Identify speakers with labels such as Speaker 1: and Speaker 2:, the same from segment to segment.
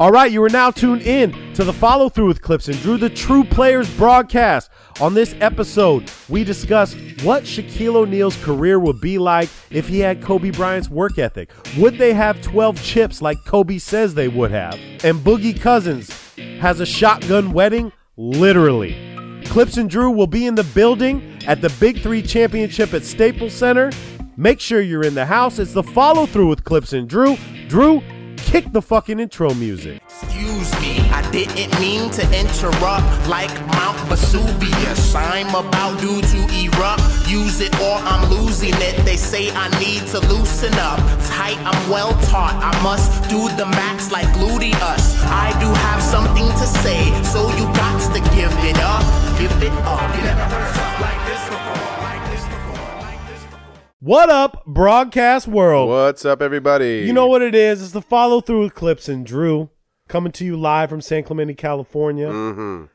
Speaker 1: All right, you are now tuned in to the follow through with Clips and Drew, the True Players broadcast. On this episode, we discuss what Shaquille O'Neal's career would be like if he had Kobe Bryant's work ethic. Would they have 12 chips like Kobe says they would have? And Boogie Cousins has a shotgun wedding, literally. Clips and Drew will be in the building at the Big Three Championship at Staples Center. Make sure you're in the house. It's the follow through with Clips and Drew. Drew, kick the fucking intro music.
Speaker 2: Excuse me, I didn't mean to interrupt like Mount Vesuvius. I'm about due to erupt. Use it or I'm losing it. They say I need to loosen up. Tight, I'm well taught. I must do the max like gluteus. I do have something to say, so you got to give it up. Give it up. You never heard something like this before. Like this before. Like this before.
Speaker 1: What up, broadcast world?
Speaker 3: What's up, everybody?
Speaker 1: Oh. You know what it is? It's the follow through with Clips and Drew coming to you live from San Clemente, California.
Speaker 3: Mhm.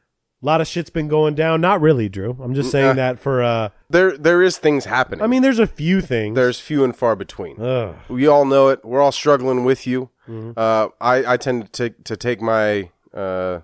Speaker 1: A lot of shit's been going down. Not really, Drew. I'm just saying that for, uh,
Speaker 3: There, there is things happening.
Speaker 1: I mean, Uh. there's a few things.
Speaker 3: there's few and far between.
Speaker 1: Ugh.
Speaker 3: we all know it. We're all struggling with you.
Speaker 1: Mm-hmm.
Speaker 3: Uh, I, I tend to take to take my uh,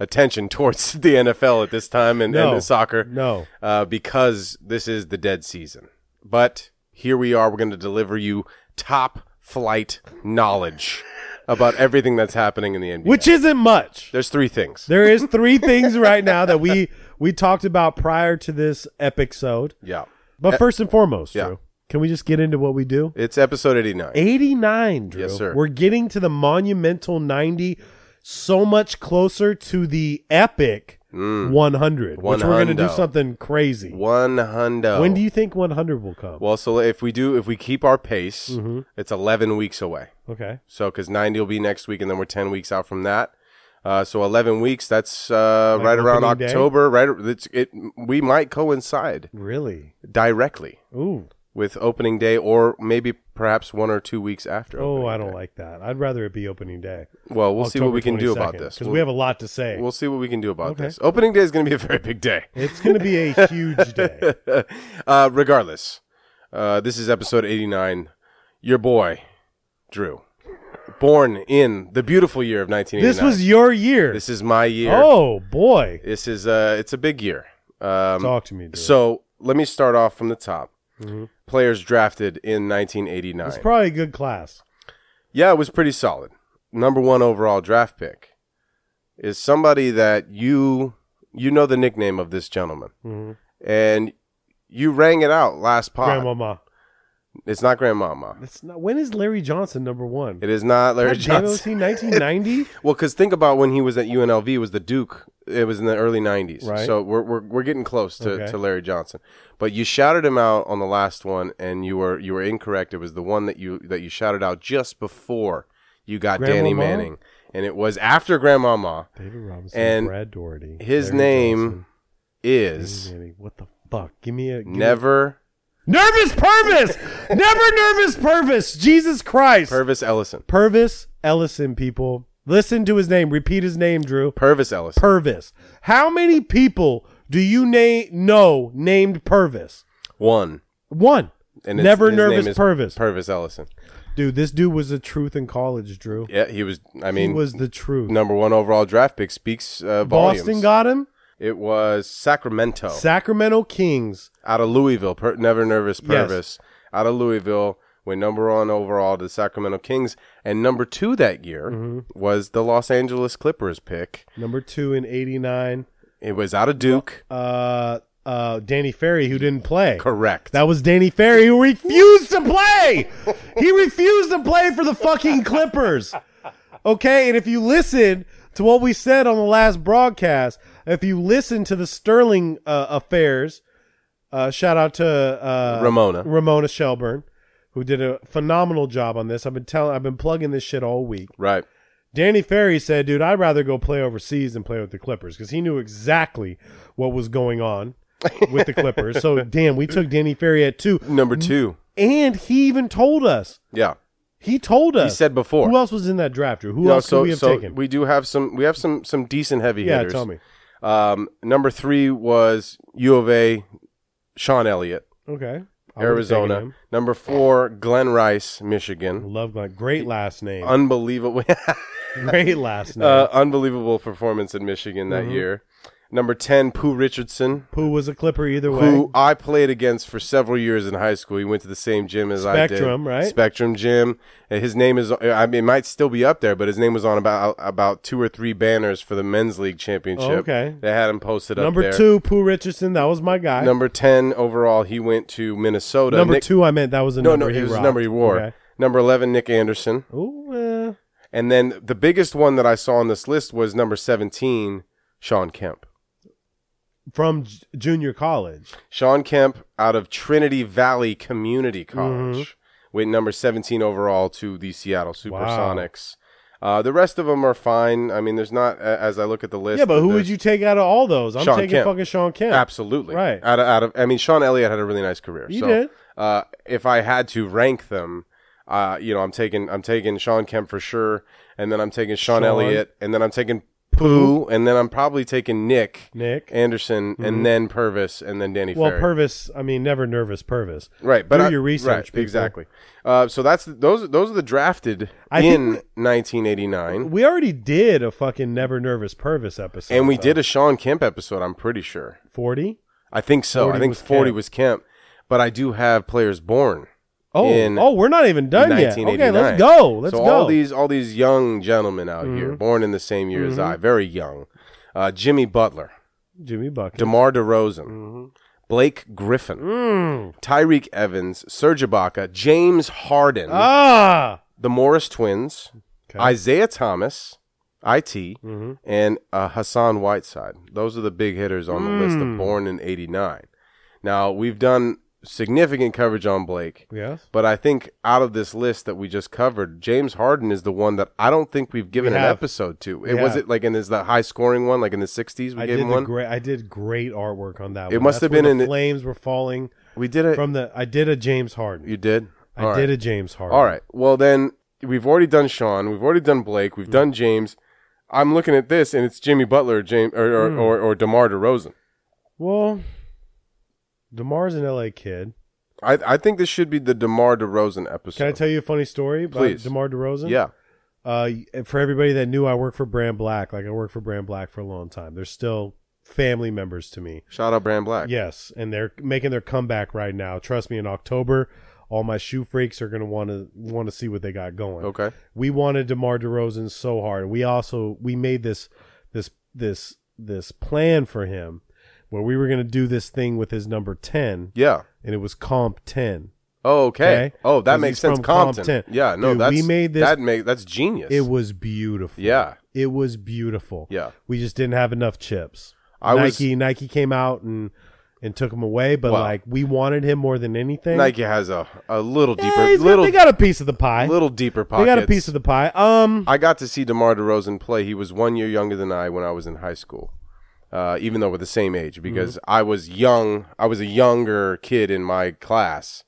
Speaker 3: attention towards the NFL at this time and,
Speaker 1: No.
Speaker 3: and the soccer.
Speaker 1: No.
Speaker 3: uh, because this is the dead season. But here we are. We're going to deliver you top flight knowledge about everything that's happening in the NBA.
Speaker 1: Which isn't much.
Speaker 3: there's three things.
Speaker 1: There is three things right now that we we talked about prior to this episode.
Speaker 3: yeah,
Speaker 1: But first and foremost,
Speaker 3: yeah.
Speaker 1: Drew, can we just get into what we do?
Speaker 3: it's episode eighty nine.
Speaker 1: 89, Drew.
Speaker 3: Yes, sir.
Speaker 1: We're getting to the monumental 90, so much closer to the epic
Speaker 3: Mm.
Speaker 1: 100, which we're going to do
Speaker 3: 100.
Speaker 1: something crazy.
Speaker 3: One hundo.
Speaker 1: When do you think 100 will come?
Speaker 3: Well, so if we do, if we keep our pace,
Speaker 1: Mm-hmm.
Speaker 3: it's 11 weeks away.
Speaker 1: okay.
Speaker 3: So, because 90 will be next week, and then we're 10 weeks out from that. Uh, so 11 weeks. That's uh, right around
Speaker 1: opening day?
Speaker 3: October. Right, it's, it. We might coincide
Speaker 1: Really?
Speaker 3: directly
Speaker 1: Ooh.
Speaker 3: with opening day, or maybe perhaps one or two weeks after.
Speaker 1: Oh,
Speaker 3: opening
Speaker 1: I don't
Speaker 3: day.
Speaker 1: like that. I'd rather it be opening day.
Speaker 3: Well, we'll see what we can do about this.
Speaker 1: Because
Speaker 3: We'll,
Speaker 1: we have a lot to say.
Speaker 3: we'll see what we can do about
Speaker 1: Okay.
Speaker 3: this. Opening day is going to be a very big day.
Speaker 1: it's going to be a huge day.
Speaker 3: uh, regardless, uh, this is episode 89. Your boy, Drew, born in the beautiful year of 1989.
Speaker 1: This was your year.
Speaker 3: This is my year.
Speaker 1: Oh boy,
Speaker 3: This is uh, it's a big year. Um,
Speaker 1: talk to me. Dude.
Speaker 3: so let me start off from the top. Players drafted in 1989.
Speaker 1: Mm-hmm. it's probably a good class.
Speaker 3: yeah, it was pretty solid. Number one overall draft pick is somebody that you you know the nickname of this gentleman,
Speaker 1: Mm-hmm.
Speaker 3: and you rang it out last pod.
Speaker 1: Grandmama,
Speaker 3: It's not grandmama.
Speaker 1: that's not. When is Larry Johnson number one?
Speaker 3: It is not Larry Johnson.
Speaker 1: nineteen ninety.
Speaker 3: Well, because think about when he was at UNLV it was the Duke. It was in the early '90s,
Speaker 1: Right.
Speaker 3: so we're we're, we're getting close to,
Speaker 1: Okay.
Speaker 3: to Larry Johnson. But you shouted him out on the last one, and you were you were incorrect. It was the one that you that you shouted out just before you got Danny
Speaker 1: Grandmama?
Speaker 3: Manning, and it was after Grandmama.
Speaker 1: David Robinson,
Speaker 3: And
Speaker 1: Brad Doherty.
Speaker 3: His
Speaker 1: Larry
Speaker 3: name
Speaker 1: Johnson,
Speaker 3: is
Speaker 1: Danny Manning. What the fuck? Give me a give me-
Speaker 3: Never
Speaker 1: nervous Purvis. Never nervous Purvis. Jesus Christ.
Speaker 3: Purvis Ellison.
Speaker 1: Purvis Ellison. People, listen to his name. Repeat his name, Drew.
Speaker 3: Purvis Ellison.
Speaker 1: Purvis. How many people do you na- know named Purvis?
Speaker 3: One.
Speaker 1: One.
Speaker 3: And it's-
Speaker 1: Never
Speaker 3: his name
Speaker 1: nervous
Speaker 3: is
Speaker 1: Purvis.
Speaker 3: Purvis Ellison.
Speaker 1: Dude, this dude was the truth in college, Drew.
Speaker 3: Yeah, he was. I mean,
Speaker 1: he was the truth.
Speaker 3: number one overall draft pick speaks uh, volumes. Oh.
Speaker 1: Boston got him.
Speaker 3: It was Sacramento
Speaker 1: Sacramento Kings.
Speaker 3: out of Louisville. Per- never nervous
Speaker 1: Yes.
Speaker 3: Purvis out of Louisville went number one overall to the Sacramento Kings, and number two that year
Speaker 1: Mm-hmm.
Speaker 3: was the Los Angeles Clippers pick.
Speaker 1: Number two in '89.
Speaker 3: It was out of Duke.
Speaker 1: Uh, uh, Danny Ferry, who didn't play.
Speaker 3: Correct.
Speaker 1: uh, That was Danny Ferry, who refused to play. he refused to play for the fucking Clippers. Okay, and if you listen to what we said on the last broadcast, if you listen to the Sterling uh, affairs, uh, shout out to uh,
Speaker 3: Ramona.
Speaker 1: Ramona Shelburne, who did a phenomenal job on this. I've been telling, I've been plugging this shit all week.
Speaker 3: right.
Speaker 1: Danny Ferry said, dude, I'd rather go play overseas than play with the Clippers because he knew exactly what was going on with the Clippers. so, damn, we took Danny Ferry at two.
Speaker 3: Number two.
Speaker 1: And he even told us.
Speaker 3: Yeah.
Speaker 1: He told us.
Speaker 3: He said before.
Speaker 1: Who else was in that draft, Drew? Who
Speaker 3: No,
Speaker 1: else
Speaker 3: so
Speaker 1: could we have
Speaker 3: so
Speaker 1: taken?
Speaker 3: we do have some we have some some decent heavy
Speaker 1: yeah,
Speaker 3: hitters.
Speaker 1: tell me.
Speaker 3: Um, number three was U of A, Sean Elliott,
Speaker 1: Okay. I would've taken
Speaker 3: Arizona.
Speaker 1: him.
Speaker 3: Number four, Glenn Rice, Michigan.
Speaker 1: Love Glenn. Great last name.
Speaker 3: Unbelievable.
Speaker 1: Great last night.
Speaker 3: Uh, unbelievable performance in Michigan
Speaker 1: Mm-hmm.
Speaker 3: that year. Number 10, Pooh Richardson,
Speaker 1: Who was a Clipper either way?
Speaker 3: who I played against for several years in high school. He went to the same gym as I did.
Speaker 1: Spectrum, right?
Speaker 3: Spectrum Gym. And His name is, I mean, it might still be up there, but his name was on about about two or three banners for the men's league championship.
Speaker 1: Oh, Okay.
Speaker 3: They had him posted
Speaker 1: Number
Speaker 3: up there.
Speaker 1: two, Pooh Richardson. That was my guy.
Speaker 3: Number 10 overall, he went to Minnesota.
Speaker 1: Number
Speaker 3: uh, Nick-
Speaker 1: two, I meant that was a
Speaker 3: No,
Speaker 1: number
Speaker 3: no,
Speaker 1: he
Speaker 3: it was the
Speaker 1: rocked.
Speaker 3: number he wore.
Speaker 1: Okay.
Speaker 3: Number 11, Nick Anderson.
Speaker 1: Ooh, uh,
Speaker 3: And then the biggest one that I saw on this list was number 17, Sean Kemp.
Speaker 1: from j- junior college.
Speaker 3: Sean Kemp out of Trinity Valley Community
Speaker 1: Mm-hmm.
Speaker 3: College went number 17 overall to the Seattle Supersonics. Uh, the rest of them are fine. I mean, there's not, a- as I look at the list.
Speaker 1: Yeah, but who
Speaker 3: the-
Speaker 1: would you take out of all those? I'm
Speaker 3: Sean
Speaker 1: taking
Speaker 3: Kemp.
Speaker 1: fucking Sean Kemp.
Speaker 3: Absolutely.
Speaker 1: Right.
Speaker 3: Out of, out of, I mean, Sean Elliott had a really nice career.
Speaker 1: You
Speaker 3: so,
Speaker 1: did.
Speaker 3: Uh, if I had to rank them, uh, you know, I'm taking, I'm taking Sean Kemp for sure. And then I'm taking Sean,
Speaker 1: Sean.
Speaker 3: Elliott. And then I'm taking Pooh. And then I'm probably taking Nick.
Speaker 1: Nick. Mm-hmm.
Speaker 3: Anderson, and then Purvis, and then Danny
Speaker 1: well,
Speaker 3: Ferry.
Speaker 1: Purvis. I mean, never nervous Purvis.
Speaker 3: Right, but
Speaker 1: do
Speaker 3: I-
Speaker 1: your research.
Speaker 3: right,
Speaker 1: people.
Speaker 3: exactly. Uh, so that's those. Those are the drafted
Speaker 1: I think
Speaker 3: in 1989,
Speaker 1: We already did a fucking never nervous Purvis episode,
Speaker 3: and we did a Sean Kemp episode. I'm pretty sure.
Speaker 1: forty.
Speaker 3: I think so.
Speaker 1: 40
Speaker 3: I think
Speaker 1: was
Speaker 3: 40
Speaker 1: Kemp.
Speaker 3: was Kemp, but I do have players born.
Speaker 1: Oh,
Speaker 3: in
Speaker 1: oh, we're not even done yet. Okay,
Speaker 3: 1989.
Speaker 1: let's go. Let's
Speaker 3: so
Speaker 1: go. Mm-hmm.
Speaker 3: all these all these young gentlemen out here, born in the same year as I, very young. Uh, Jimmy Butler,
Speaker 1: Jimmy Bucket.
Speaker 3: DeMar DeRozan,
Speaker 1: Mm-hmm.
Speaker 3: Blake Griffin,
Speaker 1: Mm. Hmm.
Speaker 3: Tyreek Evans, Serge Ibaka, James Harden.
Speaker 1: ah,
Speaker 3: the Morris twins, Isaiah Thomas, IT,
Speaker 1: Mm-hmm.
Speaker 3: and uh, Hassan Whiteside. Those are the big hitters on the list
Speaker 1: Mm.
Speaker 3: of born in 89. Now, we've done significant coverage on Blake,
Speaker 1: yes.
Speaker 3: but I think out of this list that we just covered, James Harden is the one that I don't think we've given
Speaker 1: We
Speaker 3: an
Speaker 1: have.
Speaker 3: episode to. It was
Speaker 1: have.
Speaker 3: it like in is the high scoring one like in the 60s we
Speaker 1: I
Speaker 3: gave
Speaker 1: did
Speaker 3: him
Speaker 1: the
Speaker 3: one.
Speaker 1: great. I did great artwork on that.
Speaker 3: It
Speaker 1: one.
Speaker 3: must
Speaker 1: That's
Speaker 3: have been
Speaker 1: where
Speaker 3: in
Speaker 1: the
Speaker 3: the-
Speaker 1: flames were falling
Speaker 3: we did it.
Speaker 1: from the. I did a James Harden.
Speaker 3: you did.
Speaker 1: I
Speaker 3: All right.
Speaker 1: did a James Harden.
Speaker 3: All right. Well, then we've already done Sean. We've already done Blake. We've done James. I'm looking at this, and it's Jimmy Butler, James, or or,
Speaker 1: Hmm.
Speaker 3: or, or Demar Derozan.
Speaker 1: Well, Demar's an LA kid.
Speaker 3: I I think this should be the Demar Derozan episode.
Speaker 1: Can I tell you a funny story about
Speaker 3: Please.
Speaker 1: Demar Derozan?
Speaker 3: Yeah.
Speaker 1: Uh, for everybody that knew, I work for Brand Black. Like I worked for Brand Black for a long time. They're still family members to me.
Speaker 3: Shout out Brand Black.
Speaker 1: Yes, and they're making their comeback right now. Trust me, in October, all my shoe freaks are gonna want to want to see what they got going.
Speaker 3: Okay.
Speaker 1: We wanted DeMar DeRozan so hard. We also we made this this this this plan for him where we were gonna do this thing with his number ten,
Speaker 3: Yeah.
Speaker 1: and it was comp ten.
Speaker 3: Oh, okay.
Speaker 1: Okay.
Speaker 3: Oh, that
Speaker 1: 'Cause
Speaker 3: makes
Speaker 1: he's
Speaker 3: sense.
Speaker 1: from
Speaker 3: Compton.
Speaker 1: Compton.
Speaker 3: Yeah. No,
Speaker 1: Dude,
Speaker 3: that's
Speaker 1: we made this-
Speaker 3: That make that's genius.
Speaker 1: It was beautiful.
Speaker 3: yeah.
Speaker 1: It was beautiful.
Speaker 3: Yeah.
Speaker 1: We just didn't have enough chips.
Speaker 3: I was-
Speaker 1: Nike Nike came out and and took him away, but
Speaker 3: Wow.
Speaker 1: like we wanted him more than anything.
Speaker 3: Nike has a a little
Speaker 1: Yeah,
Speaker 3: deeper,
Speaker 1: he's got-
Speaker 3: little
Speaker 1: they got a piece of the pie.
Speaker 3: little deeper
Speaker 1: they
Speaker 3: pockets.
Speaker 1: got a piece of the pie. Um,
Speaker 3: I got to see DeMar DeRozan play. He was one year younger than I when I was in high school, uh, even though we're the same
Speaker 1: Mm-hmm.
Speaker 3: age, because I was young. I was a younger kid in my class.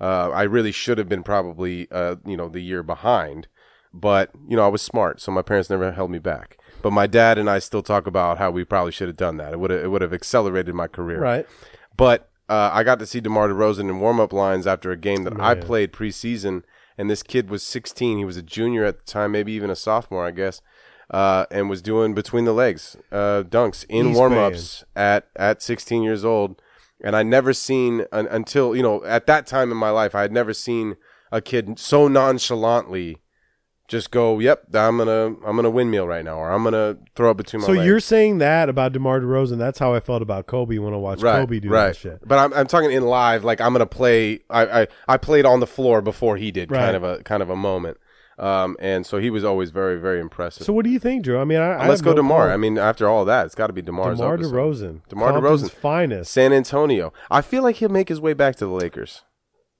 Speaker 3: Uh, I really should have been probably, uh, you know, the year behind. But, you know, I was smart, so my parents never held me back. But my dad and I still talk about how we probably should have done that. It would have, it would have accelerated my career.
Speaker 1: right.
Speaker 3: But uh, I got to see DeMar DeRozan in warm-up lines after a game that I played preseason, and this kid was 16. He was a junior at the time, maybe even a sophomore, I guess, uh, and was doing between the legs uh, dunks in
Speaker 1: He's
Speaker 3: warm-ups at at 16 years old. And I never seen un- until you know at that time in my life, I had never seen a kid so nonchalantly just go, "Yep, I'm gonna I'm gonna windmill right now, or I'm gonna throw it between my
Speaker 1: So
Speaker 3: legs."
Speaker 1: you're saying that about DeMar DeRozan? That's how I felt about Kobe when I watched Kobe do that shit.
Speaker 3: But I'm, I'm talking in live, like I'm gonna play. I, I, I played on the floor before he did,
Speaker 1: Right.
Speaker 3: kind of a kind of a moment. Um, and so he was always very very impressive.
Speaker 1: So what do you think, Drew? I mean, I, I
Speaker 3: Let's
Speaker 1: have
Speaker 3: go
Speaker 1: no
Speaker 3: Demar.
Speaker 1: clue.
Speaker 3: I mean, after all that, it's got to be Demar's
Speaker 1: DeMar
Speaker 3: episode.
Speaker 1: DeRozan,
Speaker 3: DeMar
Speaker 1: Compton's
Speaker 3: DeRozan.
Speaker 1: finest.
Speaker 3: San Antonio. I feel like he'll make his way back to the Lakers.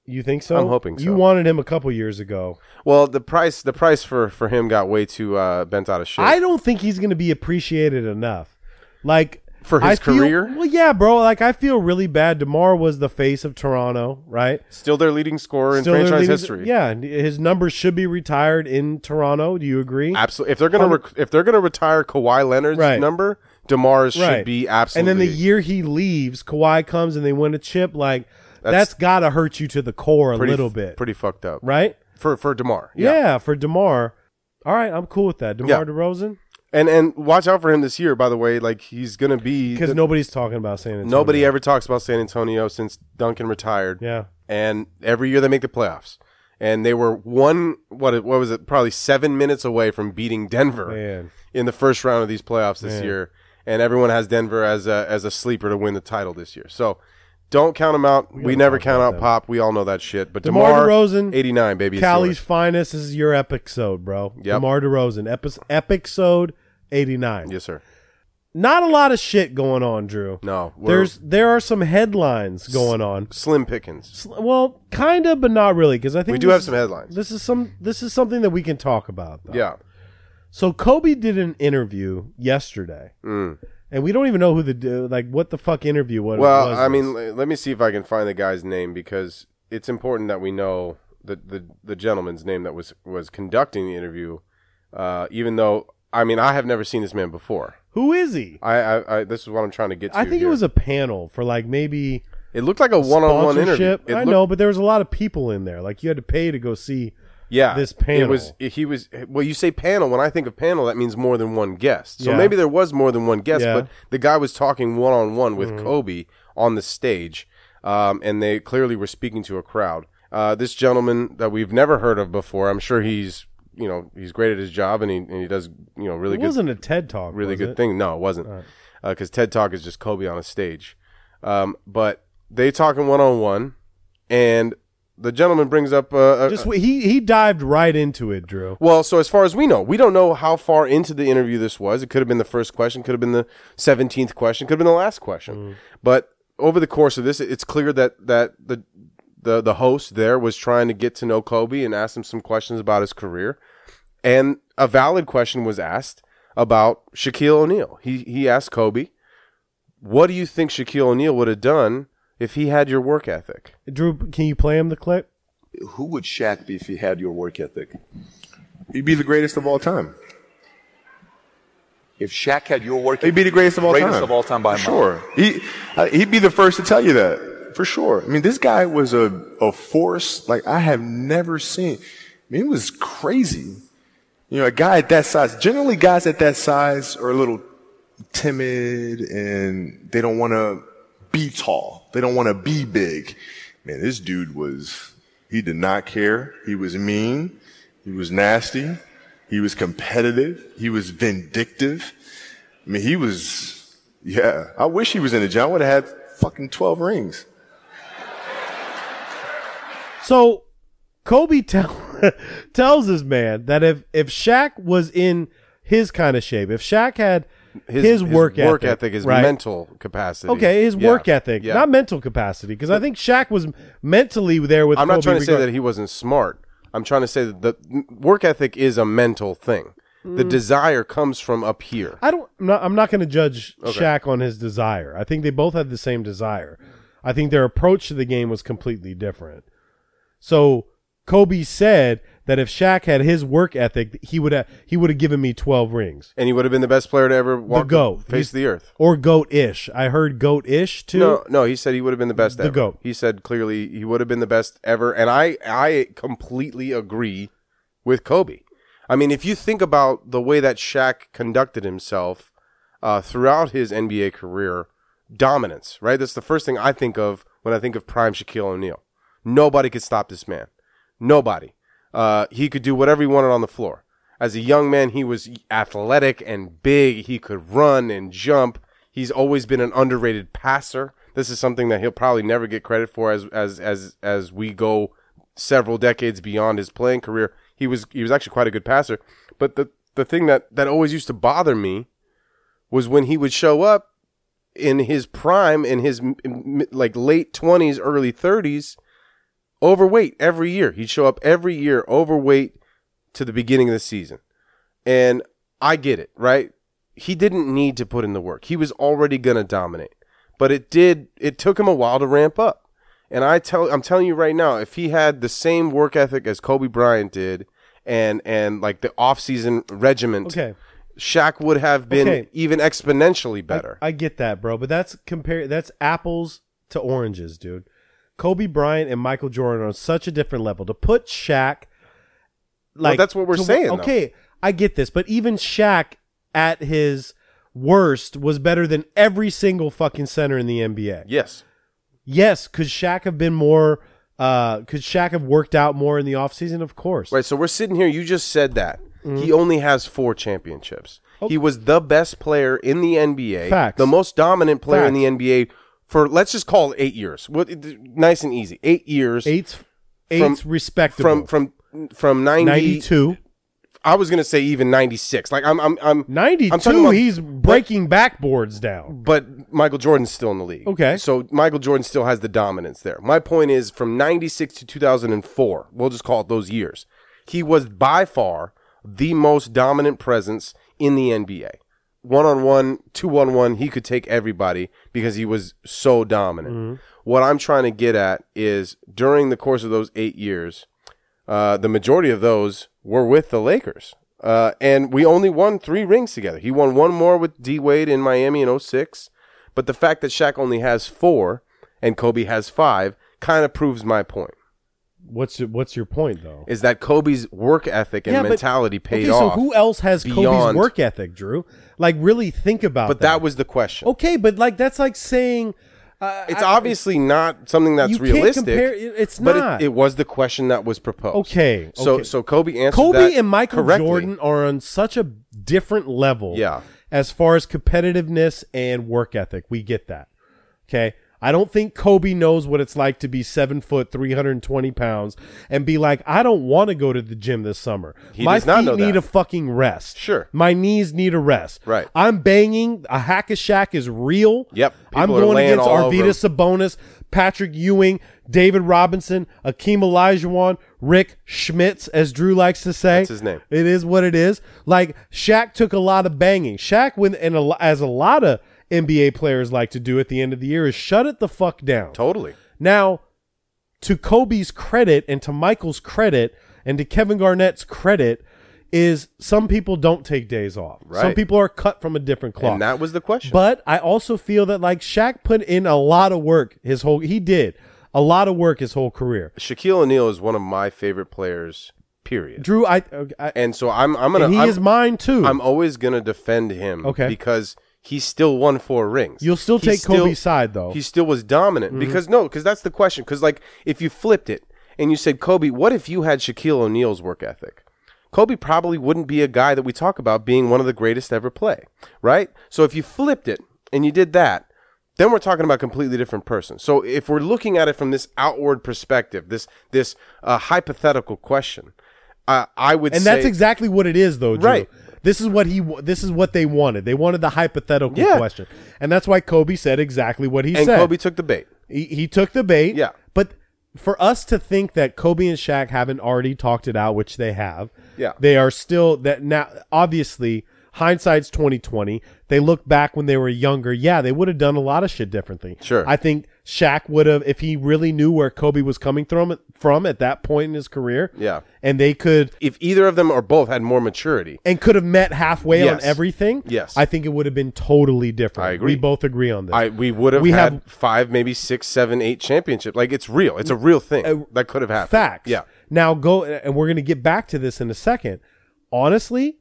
Speaker 1: You think so?
Speaker 3: I'm hoping
Speaker 1: You
Speaker 3: so.
Speaker 1: wanted him a couple years ago.
Speaker 3: Well, the price the price for for him got way too uh, bent out of shape.
Speaker 1: I don't think he's going to be appreciated enough. Like
Speaker 3: For his
Speaker 1: I feel-
Speaker 3: career?
Speaker 1: Well, yeah, bro. Like I feel really bad. Demar was the face of Toronto, right?
Speaker 3: Still their leading scorer in
Speaker 1: Still their
Speaker 3: franchise
Speaker 1: leading-
Speaker 3: history.
Speaker 1: Yeah, and his numbers should be retired in Toronto. Do you agree?
Speaker 3: Absolutely. If they're gonna re- if they're gonna retire Kawhi Leonard's
Speaker 1: um, Right.
Speaker 3: number, Demar's
Speaker 1: Right.
Speaker 3: should be absolutely.
Speaker 1: And then the year he leaves, Kawhi comes and they win a chip. Like
Speaker 3: That's-
Speaker 1: that's got to hurt you to the core a
Speaker 3: pretty,
Speaker 1: little bit,
Speaker 3: pretty fucked up.
Speaker 1: right?
Speaker 3: for for Demar.
Speaker 1: Yeah. for Demar, All right, I'm cool with that. DeMar
Speaker 3: Yeah.
Speaker 1: DeRozan,
Speaker 3: And and watch out for him this year, by the way. Like he's gonna be
Speaker 1: because nobody's talking about San Antonio.
Speaker 3: nobody ever talks about San Antonio since Duncan retired.
Speaker 1: Yeah,
Speaker 3: And every year they make the playoffs. And they were one what it- what was it? Probably seven minutes away from beating Denver
Speaker 1: man.
Speaker 3: in the first round of these playoffs this
Speaker 1: Yeah.
Speaker 3: year, and everyone has Denver as a as a sleeper to win the title this year. So don't count them out. We, never count out Pop. We all know that shit. But
Speaker 1: DeMar
Speaker 3: DeMar,
Speaker 1: DeRozan,
Speaker 3: eighty nine, baby. it's
Speaker 1: Cali's
Speaker 3: yours.
Speaker 1: finest. This is your episode, bro.
Speaker 3: Yep.
Speaker 1: DeMar DeRozan, epi- episode 89.
Speaker 3: yes, sir.
Speaker 1: Not a lot of shit going on, Drew.
Speaker 3: No, we're
Speaker 1: There's there are some headlines going on.
Speaker 3: slim pickings.
Speaker 1: S- Well, kind of, but not really, because I think
Speaker 3: We do
Speaker 1: this
Speaker 3: have
Speaker 1: is-
Speaker 3: some headlines.
Speaker 1: This is some. This is something that we can talk about. Though.
Speaker 3: Yeah,
Speaker 1: So Kobe did an interview yesterday,
Speaker 3: Mm.
Speaker 1: and we don't even know who the like what the fuck interview what it
Speaker 3: Well,
Speaker 1: was.
Speaker 3: I mean, l- let me see if I can find the guy's name because it's important that we know the the, the gentleman's name that was was conducting the interview. Uh, even though, I mean, I have never seen this man before.
Speaker 1: who is he?
Speaker 3: I, I, I this is what I'm trying to get to.
Speaker 1: I think
Speaker 3: here.
Speaker 1: it was a panel for like maybe
Speaker 3: It looked like a one-on-one interview.
Speaker 1: sponsorship.
Speaker 3: It
Speaker 1: I
Speaker 3: looked-
Speaker 1: know, but there was a lot of people in there. Like you had to pay to go see.
Speaker 3: Yeah,
Speaker 1: this panel.
Speaker 3: It was he was well. You say panel. When I think of panel, that means more than one guest. So
Speaker 1: Yeah.
Speaker 3: maybe there was more than one guest,
Speaker 1: Yeah. Mm.
Speaker 3: but the guy was talking one on one with Kobe on the stage, um, and they clearly were speaking to a crowd. Uh, this gentleman that we've never heard of before. I'm sure he's you know he's great at his job and he and he does you know really
Speaker 1: It
Speaker 3: good
Speaker 1: wasn't a TED talk.
Speaker 3: really
Speaker 1: was
Speaker 3: good
Speaker 1: it?
Speaker 3: thing. No, it wasn't, because TED Talk is just Kobe on a stage. Um, but they talking one on one, and the gentleman brings up a, a,
Speaker 1: Just he he dived right into it, Drew.
Speaker 3: well, so as far as we know, we don't know how far into the interview this was. It could have been the first question, could have been the 17th question, could have been the last question. But over the course of this, it's clear that that the the the host there was trying to get to know Kobe and ask him some questions about his career. And a valid question was asked about Shaquille O'Neal. He he asked Kobe, "What do you think Shaquille O'Neal would have done if he had your work ethic?"
Speaker 1: Drew, can you play him the clip?
Speaker 4: Who would Shaq be if he had your work ethic? He'd be the greatest of all time.
Speaker 5: If Shaq had your work,
Speaker 4: He'd be the greatest of all
Speaker 5: greatest
Speaker 4: time.
Speaker 5: of all time by a
Speaker 4: For
Speaker 5: mile.
Speaker 4: sure. He uh, he'd be the first to tell you that for sure. I mean, this guy was a a force like I have never seen. I mean, it was crazy. You know, a guy at that size. Generally, guys at that size are a little timid and they don't want to be tall. They don't want to be big. Man, this dude was, he did not care. He was mean. He was nasty. He was competitive. He was vindictive. I mean, he was, yeah. I wish he was in the gym. I would have had fucking 12 rings.
Speaker 1: So Kobe tell, tells his man that if if Shaq was in his kind of shape, if Shaq had his, work, ethic,
Speaker 3: his
Speaker 1: right?
Speaker 3: mental capacity.
Speaker 1: Okay, his
Speaker 3: Yeah.
Speaker 1: work ethic,
Speaker 3: Yeah.
Speaker 1: not mental capacity, because I think Shaq was mentally there with.
Speaker 3: I'm
Speaker 1: Kobe
Speaker 3: not trying to say
Speaker 1: regard-
Speaker 3: that he wasn't smart. I'm trying to say that the m- work ethic is a mental thing. The
Speaker 1: Mm.
Speaker 3: desire comes from up here.
Speaker 1: I don't. I'm not, I'm not going to judge Shaq on his desire. I think they both had the same desire. I think their approach to the game was completely different. So Kobe said that if Shaq had his work ethic, he would have he would have given me 12 rings.
Speaker 3: And he would have been the best player to ever walk
Speaker 1: the goat He's-
Speaker 3: face the earth.
Speaker 1: or goat ish. I heard goat ish too.
Speaker 3: No, no, he said he would have been the best
Speaker 1: The
Speaker 3: ever.
Speaker 1: GOAT.
Speaker 3: He said clearly he would have been the best ever and I I completely agree with Kobe. I mean, if you think about the way that Shaq conducted himself uh, throughout his NBA career, dominance, right? That's the first thing I think of when I think of prime Shaquille O'Neal. Nobody could stop this man. Nobody. Uh, he could do whatever he wanted on the floor. As a young man, he was athletic and big. He could run and jump. He's always been an underrated passer. This is something that he'll probably never get credit for as as as as we go several decades beyond his playing career. He was he was actually quite a good passer. But the the thing that that always used to bother me was when he would show up in his prime in his m- m- like late 20s early 30s overweight every year he'd show up every year overweight to the beginning of the season and i get it right he didn't need to put in the work he was already going to dominate but it did it took him a while to ramp up and i tell i'm telling you right now if he had the same work ethic as kobe bryant did and and like the offseason regiment
Speaker 1: Okay.
Speaker 3: Shaq would have been
Speaker 1: Okay.
Speaker 3: even exponentially better.
Speaker 1: I get that, bro, but that's compare that's apples to oranges, dude. Kobe Bryant and Michael Jordan are on such a different level. To put Shaq like
Speaker 3: that's what we're
Speaker 1: to-
Speaker 3: saying, though.
Speaker 1: Okay, I get this, but even Shaq at his worst was better than every single fucking center in the NBA.
Speaker 3: Yes.
Speaker 1: Yes, could Shaq have been more uh could Shaq have worked out more in the offseason? Of course.
Speaker 3: Right. So we're sitting here. You just said that
Speaker 1: Mm-hmm.
Speaker 3: he only has four championships. He was the best player in the NBA,
Speaker 1: Oh. Facts.
Speaker 3: the most dominant player in the NBA for let's just call it eight years. What, nice and easy. Eight years.
Speaker 1: Eight's
Speaker 3: From-
Speaker 1: eight's respectable.
Speaker 3: from from from 90,
Speaker 1: 92.
Speaker 3: I was gonna say even ninety six. Like I'm I'm I'm
Speaker 1: 92
Speaker 3: I'm talking about-
Speaker 1: he's breaking backboards down.
Speaker 3: But Michael Jordan's still in the league.
Speaker 1: Okay.
Speaker 3: So Michael Jordan still has the dominance there. My point is from 96 to 2004, we'll just call it those years, he was by far the most dominant presence in the NBA. One on one, two on one, he could take everybody because he was so dominant. What I'm trying to get at is during the course of those eight years, uh, the majority of those were with the Lakers. Uh, and we only won three rings together. He won one more with D Wade in Miami in 06. But the fact that Shaq only has four and Kobe has five kind of proves my point
Speaker 1: What's your, what's your point though?
Speaker 3: is that Kobe's work ethic and
Speaker 1: Yeah, but-
Speaker 3: mentality paid
Speaker 1: okay,
Speaker 3: off.
Speaker 1: so who else has Kobe's
Speaker 3: beyond-
Speaker 1: work ethic, Drew? Like really think about
Speaker 3: but that was the question.
Speaker 1: Okay, but like that's like saying
Speaker 3: it's obviously not something that's
Speaker 1: You can't
Speaker 3: realistic.
Speaker 1: compare- it- it's
Speaker 3: but
Speaker 1: not.
Speaker 3: It, it was the question that was proposed.
Speaker 1: Okay,
Speaker 3: So
Speaker 1: okay.
Speaker 3: so Kobe answered
Speaker 1: Kobe
Speaker 3: that
Speaker 1: and Michael
Speaker 3: correctly.
Speaker 1: Jordan are on such a different level.
Speaker 3: Yeah.
Speaker 1: As far as competitiveness and work ethic, we get that. Okay. I don't think Kobe knows what it's like to be seven foot, 320 pounds, and be like, I don't want to go to the gym this summer.
Speaker 3: He
Speaker 1: My
Speaker 3: does not
Speaker 1: feet
Speaker 3: know
Speaker 1: need
Speaker 3: that.
Speaker 1: a fucking rest.
Speaker 3: Sure.
Speaker 1: My knees need a rest.
Speaker 3: Right.
Speaker 1: I'm banging. A hack a shack is real.
Speaker 3: Yep.
Speaker 1: I'm
Speaker 3: People are
Speaker 1: going
Speaker 3: laying
Speaker 1: against
Speaker 3: all over
Speaker 1: Arvidas Sabonis, Patrick Ewing, David Robinson, Akeem Olajuwon, Rick Schmitz, as Drew likes to say.
Speaker 3: That's his name.
Speaker 1: It is what it is. Like Shaq took a lot of banging. Shaq, when and a, lo- as a lot of NBA players like to do at the end of the year, is shut it the fuck down.
Speaker 3: Totally.
Speaker 1: Now, to Kobe's credit and to Michael's credit and to Kevin Garnett's credit is some people don't take days off. Some
Speaker 3: Right.
Speaker 1: people are cut from a different cloth.
Speaker 3: And that was the question.
Speaker 1: But I also feel that like Shaq put in a lot of work his whole he did a lot of work his whole career.
Speaker 3: Shaquille O'Neal is one of my favorite players. Period.
Speaker 1: Drew, I, okay, I
Speaker 3: And so I'm I'm gonna
Speaker 1: and he
Speaker 3: I'm,
Speaker 1: is mine too.
Speaker 3: I'm always gonna defend him.
Speaker 1: Okay.
Speaker 3: Because he still won four rings.
Speaker 1: You'll still
Speaker 3: He
Speaker 1: take Kobe's side, though. Mm-hmm.
Speaker 3: He still was dominant because no, because that's the question. Because like if you flipped it and you said Kobe, what if you had Shaquille O'Neal's work ethic? Kobe probably wouldn't be a guy that we talk about being one of the greatest ever play, right? So if you flipped it and you did that, then we're talking about a completely different person. So if we're looking at it from this outward perspective, this this uh, hypothetical question, uh, I would
Speaker 1: and
Speaker 3: say
Speaker 1: that's exactly what it is though, Drew.
Speaker 3: Right.
Speaker 1: This is what he wa- this is what they wanted. They wanted the hypothetical
Speaker 3: Yeah.
Speaker 1: question. And that's why Kobe said exactly what he
Speaker 3: and
Speaker 1: said.
Speaker 3: Kobe took the bait.
Speaker 1: He, he took the bait.
Speaker 3: Yeah.
Speaker 1: But for us to think that Kobe and Shaq haven't already talked it out, which they have.
Speaker 3: Yeah.
Speaker 1: They are still that now. Obviously, hindsight's twenty twenty. They look back when they were younger. Yeah, they would have done a lot of shit differently.
Speaker 3: Sure.
Speaker 1: I think Shaq would have if he really knew where Kobe was coming from from at that point in his career.
Speaker 3: Yeah.
Speaker 1: And they could
Speaker 3: If either of them or both had more maturity,
Speaker 1: and could have met halfway on
Speaker 3: Yes.
Speaker 1: everything.
Speaker 3: Yes.
Speaker 1: I think it would have been totally different.
Speaker 3: I agree.
Speaker 1: We both agree on this.
Speaker 3: I we would have
Speaker 1: We
Speaker 3: had
Speaker 1: have-
Speaker 3: five, maybe six, seven, eight championships. Like it's real. It's a real thing that could have happened.
Speaker 1: Uh, Facts.
Speaker 3: Yeah.
Speaker 1: Now go, and we're going to get back to this in a second. Honestly,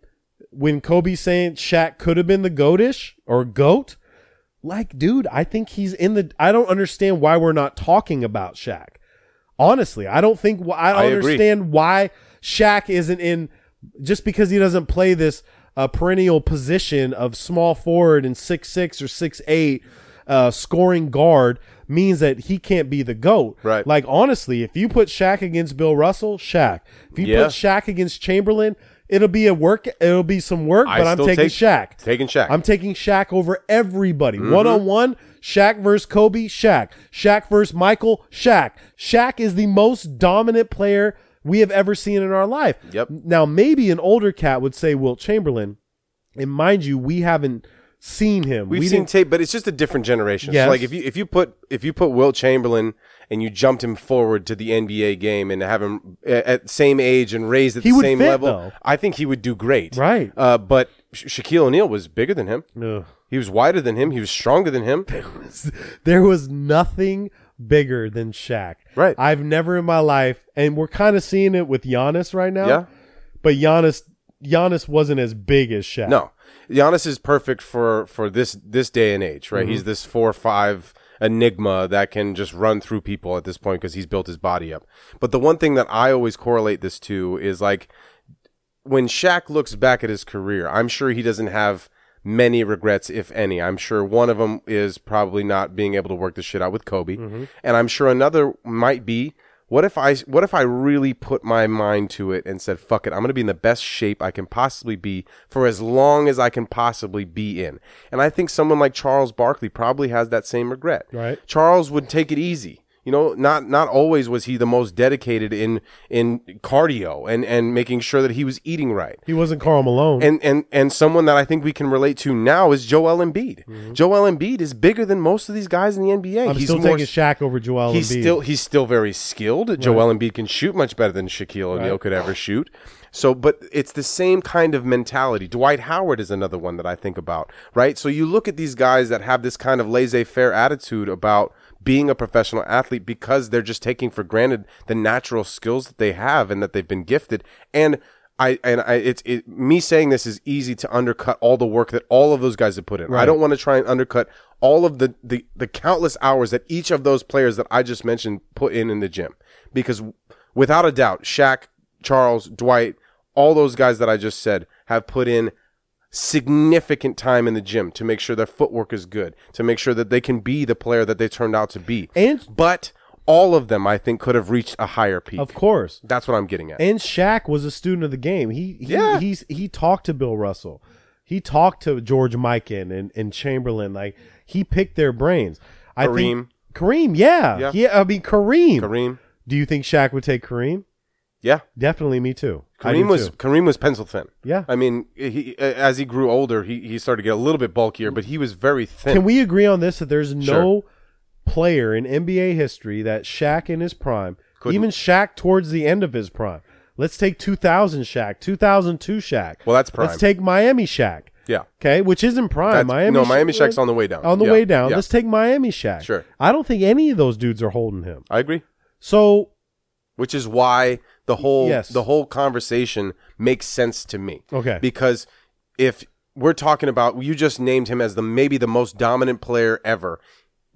Speaker 1: when Kobe's saying Shaq could have been the goatish or goat, like, dude, I think he's in the. I don't understand why we're not talking about Shaq. Honestly, I don't think. I don't
Speaker 3: I agree.
Speaker 1: understand why Shaq isn't in. Just because he doesn't play this uh, perennial position of small forward and six six or six eight uh, scoring guard means that he can't be the goat.
Speaker 3: Right.
Speaker 1: Like honestly, if you put Shaq against Bill Russell, Shaq. If you
Speaker 3: Yeah.
Speaker 1: put Shaq against Chamberlain, it'll be a work. It'll be some work,
Speaker 3: I
Speaker 1: but I'm
Speaker 3: still
Speaker 1: taking
Speaker 3: take-
Speaker 1: Shaq.
Speaker 3: taking Shaq.
Speaker 1: I'm taking Shaq over everybody.
Speaker 3: Mm-hmm.
Speaker 1: One on one, Shaq versus Kobe, Shaq. Shaq versus Michael, Shaq. Shaq is the most dominant player we have ever seen in our life.
Speaker 3: Yep.
Speaker 1: Now, maybe an older cat would say Wilt Chamberlain, and mind you, we haven't seen him.
Speaker 3: We've
Speaker 1: we
Speaker 3: seen
Speaker 1: didn't-
Speaker 3: tape, but it's just a different generation. So,
Speaker 1: Yes.
Speaker 3: like if you if you put if you put Will Chamberlain and you jumped him forward to the NBA game and have him a- at same age and raised at
Speaker 1: He
Speaker 3: the
Speaker 1: would
Speaker 3: same
Speaker 1: fit,
Speaker 3: level,
Speaker 1: though.
Speaker 3: I think he would do great.
Speaker 1: Right.
Speaker 3: Uh, but Sha- Shaquille O'Neal was bigger than him.
Speaker 1: Ugh.
Speaker 3: He was wider than him. He was stronger than him.
Speaker 1: there was nothing bigger than Shaq.
Speaker 3: Right.
Speaker 1: I've never in my life, and we're kind of seeing it with Giannis right now.
Speaker 3: Yeah.
Speaker 1: But Giannis, Giannis wasn't as big as Shaq.
Speaker 3: No, Giannis is perfect for for this this day and age, right? He's this four five enigma that can just run through people at this point because he's built his body up. But the one thing that I always correlate this to is like when Shaq looks back at his career, I'm sure he doesn't have many regrets, if any. I'm sure one of them is probably not being able to work the shit out with Kobe, and I'm sure another might be. What if I what if I really put my mind to it and said, "Fuck it, I'm going to be in the best shape I can possibly be for as long as I can possibly be in." And I think someone like Charles Barkley probably has that same regret.
Speaker 1: Right.
Speaker 3: Charles would take it easy. You know, not not always was he the most dedicated in in cardio and and making sure that he was eating right.
Speaker 1: He wasn't Carl Malone.
Speaker 3: And and and someone that I think we can relate to now is Joel Embiid. Joel Embiid is bigger than most of these guys in the NBA.
Speaker 1: Mm-hmm. I'm
Speaker 3: he's
Speaker 1: still
Speaker 3: more
Speaker 1: taking Shaq over Joel
Speaker 3: he's
Speaker 1: Embiid.
Speaker 3: still he's still very skilled. Joel Embiid can shoot much better than Shaquille O'Neal could ever shoot. So, but it's the same kind of mentality. Dwight Howard is another one that I think about, right? So you look at these guys that have this kind of laissez-faire attitude about being a professional athlete because they're just taking for granted the natural skills that they have and that they've been gifted. And I and I it's it, me saying this is easy to undercut all the work that all of those guys have put in. I don't want to try and undercut all of the, the the countless hours that each of those players that I just mentioned put in in the gym because w- without a doubt Shaq, Charles, Dwight, all those guys that I just said have put in significant time in the gym to make sure their footwork is good, to make sure that they can be the player that they turned out to be.
Speaker 1: And-
Speaker 3: but all of them I think could have reached a higher peak.
Speaker 1: of course.
Speaker 3: That's what I'm getting at.
Speaker 1: And Shaq was a student of the game. He, he
Speaker 3: Yeah.
Speaker 1: he's he talked to Bill Russell. He talked to George Mikan and, and Chamberlain. Like he picked their brains. I think Kareem, yeah.
Speaker 3: Yeah.
Speaker 1: yeah. I mean Kareem.
Speaker 3: Kareem.
Speaker 1: Do you think Shaq would take Kareem?
Speaker 3: Yeah.
Speaker 1: Definitely me too. I do
Speaker 3: Kareem was
Speaker 1: too.
Speaker 3: Kareem was pencil thin.
Speaker 1: Yeah.
Speaker 3: I mean, he, uh, as he grew older, he, he started to get a little bit bulkier, but he was very thin.
Speaker 1: Can we agree on this that there's no
Speaker 3: Sure.
Speaker 1: player in NBA history that Shaq in his prime,
Speaker 3: Couldn't.
Speaker 1: even Shaq towards the end of his prime. Let's take 2000 Shaq, 2002 Shaq.
Speaker 3: Well, that's prime.
Speaker 1: Let's take Miami Shaq.
Speaker 3: yeah.
Speaker 1: Okay, which isn't prime.
Speaker 3: That's-
Speaker 1: Miami.
Speaker 3: no, Miami Shaq's on the way down.
Speaker 1: On the
Speaker 3: Yeah,
Speaker 1: way down.
Speaker 3: yeah.
Speaker 1: Let's take Miami Shaq.
Speaker 3: Sure.
Speaker 1: I don't think any of those dudes are holding him.
Speaker 3: I agree.
Speaker 1: So
Speaker 3: Which is why the whole
Speaker 1: Yes.
Speaker 3: the whole conversation makes sense to me.
Speaker 1: Okay.
Speaker 3: Because if we're talking about you just named him as the maybe the most dominant player ever.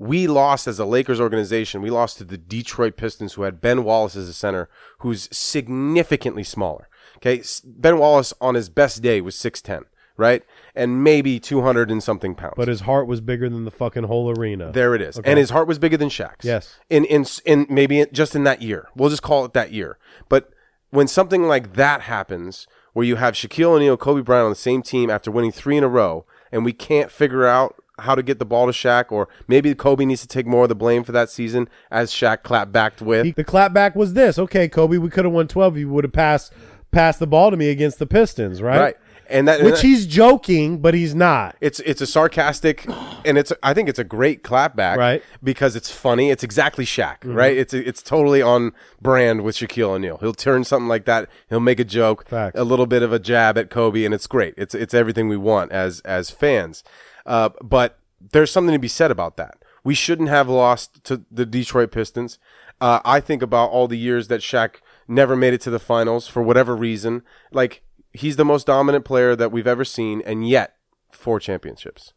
Speaker 3: We lost as a Lakers organization. We lost to the Detroit Pistons, who had Ben Wallace as a center, who's significantly smaller. Okay, S- Ben Wallace on his best day was six ten, right, and maybe two hundred and something pounds.
Speaker 1: but his heart was bigger than the fucking whole arena.
Speaker 3: There it is. And his heart was bigger than Shaq's.
Speaker 1: Yes.
Speaker 3: In in in maybe it- just in that year. We'll just call it that year. But when something like that happens, where you have Shaquille O'Neal, Kobe Bryant on the same team after winning three in a row, and we can't figure out how to get the ball to Shaq, or maybe Kobe needs to take more of the blame for that season, as Shaq clap backed with.
Speaker 1: He- the clapback was this. Okay, Kobe, we could have won twelve. You would have passed passed the ball to me against the Pistons, right?
Speaker 3: right. And that and
Speaker 1: Which
Speaker 3: that-
Speaker 1: he's joking, but he's not.
Speaker 3: It's it's a sarcastic, and it's I think it's a great clapback,
Speaker 1: Right.
Speaker 3: Because it's funny. It's exactly Shaq,
Speaker 1: Mm-hmm.
Speaker 3: right? It's it's totally on brand with Shaquille O'Neal. He'll turn something like that. He'll make a joke,
Speaker 1: Facts.
Speaker 3: a little bit of a jab at Kobe, and it's great. It's it's everything we want as as fans. Uh, but there's something to be said about that. We shouldn't have lost to the Detroit Pistons. Uh, I think about all the years that Shaq never made it to the finals for whatever reason. Like he's the most dominant player that we've ever seen, and yet four championships.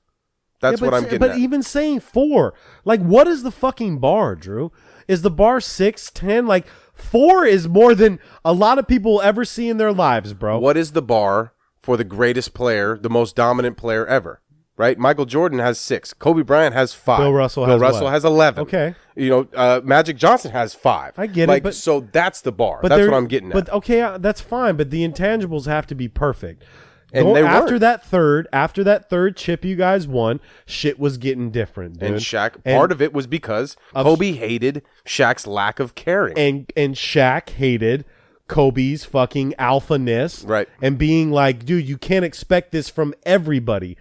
Speaker 3: That's
Speaker 1: Yeah,
Speaker 3: what
Speaker 1: but
Speaker 3: I'm
Speaker 1: s-
Speaker 3: getting
Speaker 1: But
Speaker 3: at.
Speaker 1: even saying four, like, what is the fucking bar, Drew? Is the bar six, ten? Like, four is more than a lot of people will ever see in their lives, bro.
Speaker 3: what is the bar for the greatest player, the most dominant player ever? Right? Michael Jordan has six. Kobe Bryant has five.
Speaker 1: Bill Russell
Speaker 3: Bill
Speaker 1: has
Speaker 3: Russell
Speaker 1: what?
Speaker 3: has eleven.
Speaker 1: Okay.
Speaker 3: You know, uh, Magic Johnson has five.
Speaker 1: I get it,
Speaker 3: like,
Speaker 1: but-
Speaker 3: so that's the bar. that's
Speaker 1: there-
Speaker 3: what I'm getting
Speaker 1: But
Speaker 3: at.
Speaker 1: okay, uh, that's fine. But the intangibles have to be perfect.
Speaker 3: And
Speaker 1: Go-
Speaker 3: they
Speaker 1: after
Speaker 3: weren't.
Speaker 1: that third, after that third chip you guys won, shit was getting different, dude.
Speaker 3: And Shaq,
Speaker 1: And-
Speaker 3: part of it was because Kobe hated Shaq's lack of caring.
Speaker 1: and and Shaq hated Kobe's fucking alphaness,
Speaker 3: Right.
Speaker 1: And being like, dude, you can't expect this from everybody.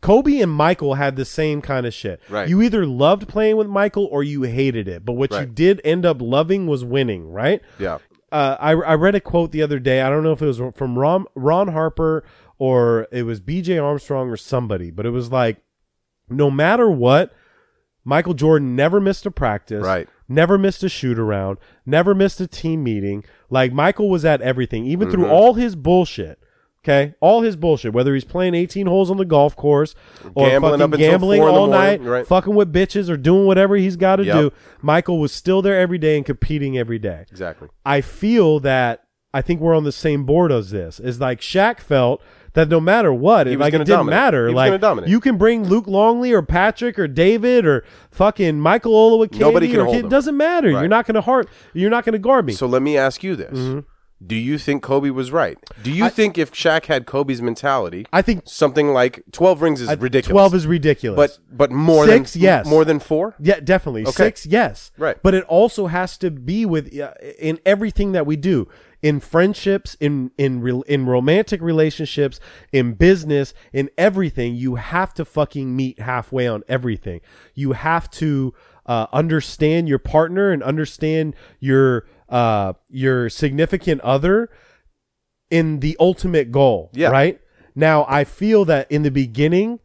Speaker 1: Kobe and Michael had the same kind of shit.
Speaker 3: Right.
Speaker 1: You either loved playing with Michael or you hated it. But what you
Speaker 3: Right.
Speaker 1: did end up loving was winning, right?
Speaker 3: yeah.
Speaker 1: uh, I, I read a quote the other day. I don't know if it was from Ron, Ron Harper or it was BJ Armstrong or somebody, but it was like, no matter what, Michael Jordan never missed a practice,
Speaker 3: Right.
Speaker 1: Never missed a shoot around,
Speaker 3: Mm-hmm.
Speaker 1: never missed a team meeting. Like Michael was at everything, even through all his bullshit. Okay, all his bullshit, whether he's playing 18 holes on the golf course or
Speaker 3: Gambling
Speaker 1: fucking
Speaker 3: up until
Speaker 1: gambling
Speaker 3: four in the
Speaker 1: all
Speaker 3: morning,
Speaker 1: night,
Speaker 3: right.
Speaker 1: fucking with bitches or doing whatever he's got to
Speaker 3: Yep.
Speaker 1: do, Michael was still there every day and competing every day.
Speaker 3: Exactly.
Speaker 1: I feel that I think we're on the same board as this. Is like Shaq felt that no matter what, it,
Speaker 3: was
Speaker 1: like it
Speaker 3: gonna
Speaker 1: didn't
Speaker 3: dominate.
Speaker 1: matter.
Speaker 3: He was gonna
Speaker 1: like
Speaker 3: dominate.
Speaker 1: you can bring Luke Longley or Patrick or David or fucking Michael Olowokandi.
Speaker 3: Nobody can
Speaker 1: or
Speaker 3: hold
Speaker 1: It
Speaker 3: him.
Speaker 1: doesn't matter. You're not gonna hurt. You're not gonna guard me.
Speaker 3: So let me ask you this.
Speaker 1: Mm-hmm.
Speaker 3: Do you think Kobe was right? Do you think if Shaq had Kobe's mentality,
Speaker 1: I think
Speaker 3: something like 12 rings is
Speaker 1: I-
Speaker 3: ridiculous.
Speaker 1: Twelve is ridiculous.
Speaker 3: but but more
Speaker 1: Six,
Speaker 3: than
Speaker 1: yes.
Speaker 3: more than 4?
Speaker 1: Yeah, definitely. Six, yes.
Speaker 3: Right.
Speaker 1: But it also has to be with uh, in everything that we do, in friendships, in in re- in romantic relationships, in business, in everything. You have to fucking meet halfway on everything. You have to uh, understand your partner and understand your uh, your significant other in the ultimate goal.
Speaker 3: Yeah.
Speaker 1: Right. Now I feel that in the beginning,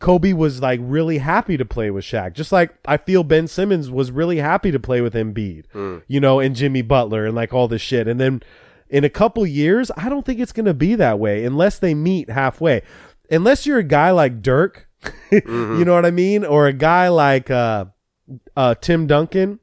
Speaker 1: Kobe was like really happy to play with Shaq. Just like I feel Ben Simmons was really happy to play with Embiid, you know, and Jimmy Butler and like all this shit. And then in a couple years, I don't think it's gonna be that way unless they meet halfway. Unless you're a guy like Dirk, you know what I mean? Or a guy like uh uh Tim Duncan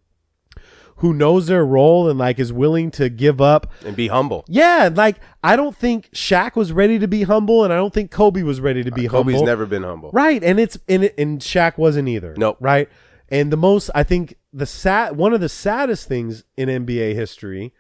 Speaker 1: who knows their role and like is willing to give up
Speaker 3: And be humble.
Speaker 1: yeah, like I don't think Shaq was ready to be humble, and I don't think Kobe was ready to be humble.
Speaker 3: Uh, Kobe's never been humble.
Speaker 1: right, and it's and it- and Shaq wasn't either.
Speaker 3: Nope.
Speaker 1: Right, and the most I think the sad one of the saddest things in NBA history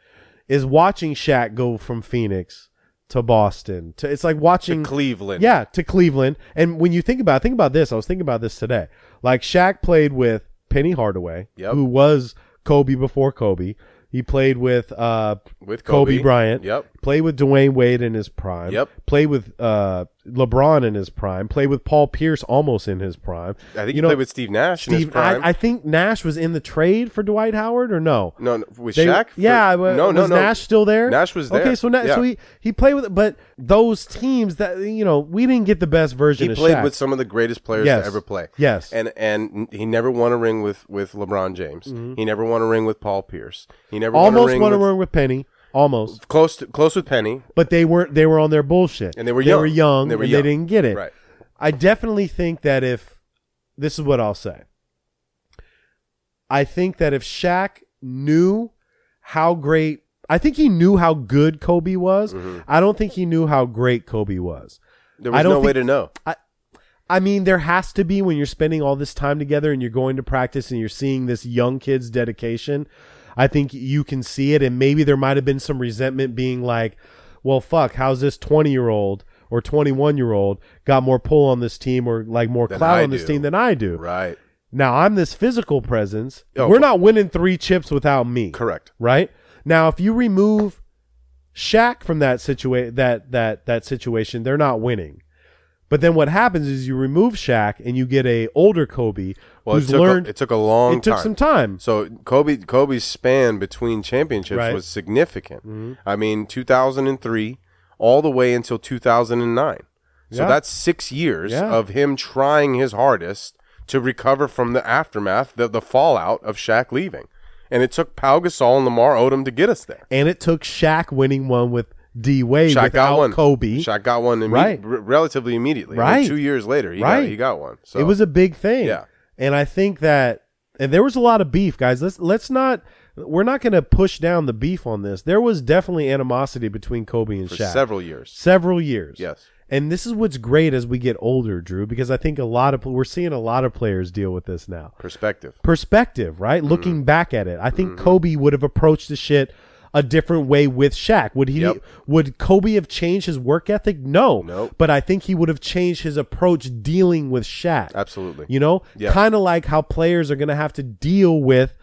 Speaker 1: is watching Shaq go from Phoenix to Boston. To it's like watching
Speaker 3: Cleveland.
Speaker 1: yeah, to Cleveland. And when you think about think about this, I was thinking about this today. Like Shaq played with Penny Hardaway,
Speaker 3: Yep.
Speaker 1: who was Kobe before Kobe. He played with uh
Speaker 3: With
Speaker 1: Kobe,
Speaker 3: Kobe.
Speaker 1: Bryant.
Speaker 3: Yep.
Speaker 1: Played with Dwayne Wade in his prime.
Speaker 3: Yep.
Speaker 1: Played with uh LeBron in his prime. Played with Paul Pierce almost in his prime.
Speaker 3: I think
Speaker 1: you
Speaker 3: he
Speaker 1: know,
Speaker 3: played with Steve Nash in his
Speaker 1: Steve.
Speaker 3: prime.
Speaker 1: I, I think Nash was in the trade for Dwight Howard, or no?
Speaker 3: no, no, with
Speaker 1: They-
Speaker 3: Shaq? For-
Speaker 1: yeah, but
Speaker 3: no, no,
Speaker 1: was
Speaker 3: no.
Speaker 1: Nash still there?
Speaker 3: Nash was there.
Speaker 1: Okay, so Na-
Speaker 3: Yeah.
Speaker 1: so he he played with, but those teams that you know we didn't get the best version.
Speaker 3: he
Speaker 1: of
Speaker 3: played
Speaker 1: Shaq.
Speaker 3: with some of the greatest players
Speaker 1: Yes.
Speaker 3: to ever play.
Speaker 1: Yes.
Speaker 3: and and he never won a ring with with LeBron James. He never won a ring with Paul Pierce. He never
Speaker 1: Mm-hmm. almost
Speaker 3: won
Speaker 1: won
Speaker 3: a
Speaker 1: a
Speaker 3: ring with,
Speaker 1: run with Penny, almost,
Speaker 3: close to, close with Penny.
Speaker 1: but they weren't. They were on their bullshit,
Speaker 3: And they were
Speaker 1: they
Speaker 3: young.
Speaker 1: were young,
Speaker 3: They were
Speaker 1: and
Speaker 3: young.
Speaker 1: they didn't get it.
Speaker 3: Right.
Speaker 1: I definitely think that if this is what I'll say, I think that if Shaq knew how great, I think he knew how good Kobe was.
Speaker 3: Mm-hmm.
Speaker 1: I don't think he knew how great Kobe was.
Speaker 3: There
Speaker 1: I
Speaker 3: was
Speaker 1: don't
Speaker 3: no way
Speaker 1: think-
Speaker 3: to know.
Speaker 1: I mean, there has to be when you're spending all this time together and you're going to practice and you're seeing this young kid's dedication. I think you can see it, and maybe there might have been some resentment being like, well, fuck, how's this 20 year old or 21 year old got more pull on this team or like more
Speaker 3: Than
Speaker 1: clout
Speaker 3: I
Speaker 1: on this
Speaker 3: do.
Speaker 1: team than I do?
Speaker 3: Right.
Speaker 1: Now, I'm this physical presence.
Speaker 3: Oh.
Speaker 1: We're not winning three chips without me
Speaker 3: Correct.
Speaker 1: right? Now, if you remove Shaq from that situation, that that that situation, they're not winning. But then what happens is you remove Shaq and you get a older Kobe
Speaker 3: Well, it
Speaker 1: who's
Speaker 3: took,
Speaker 1: learned.
Speaker 3: a, it took a long.
Speaker 1: it took
Speaker 3: time.
Speaker 1: some time.
Speaker 3: So Kobe Kobe's span between championships
Speaker 1: Right. Mm-hmm.
Speaker 3: was significant. I mean, 2003 all the way until 2009. So
Speaker 1: Yeah.
Speaker 3: that's 6 years
Speaker 1: Yeah.
Speaker 3: of him trying his hardest to recover from the aftermath, the, the fallout of Shaq leaving. And it took Pau Gasol and Lamar Odom to get us there.
Speaker 1: and it took Shaq winning one with D Wade
Speaker 3: Shaq
Speaker 1: without
Speaker 3: got one.
Speaker 1: Kobe.
Speaker 3: Shaq got one imme-
Speaker 1: Right.
Speaker 3: r- relatively immediately. I mean,
Speaker 1: Right.
Speaker 3: 2 years later, he
Speaker 1: Right.
Speaker 3: got he got one. So
Speaker 1: It was a big thing.
Speaker 3: Yeah.
Speaker 1: And I think that and there was a lot of beef, guys. Let's let's not we're not going to push down the beef on this. There was definitely animosity between Kobe and
Speaker 3: for
Speaker 1: Shaq.
Speaker 3: several years.
Speaker 1: several years.
Speaker 3: Yes.
Speaker 1: And this is what's great as we get older, Drew, because I think a lot of we're seeing a lot of players deal with this now.
Speaker 3: Perspective.
Speaker 1: Perspective,
Speaker 3: Mm-hmm.
Speaker 1: right? Looking back at it, I think Kobe would have approached the shit a different way with Shaq. Would he?
Speaker 3: Yep.
Speaker 1: Would Kobe have changed his work ethic? No.
Speaker 3: Nope.
Speaker 1: But I think he would have changed his approach dealing with Shaq.
Speaker 3: Absolutely.
Speaker 1: You know,
Speaker 3: Yeah.
Speaker 1: kind of like how players are going to have to deal with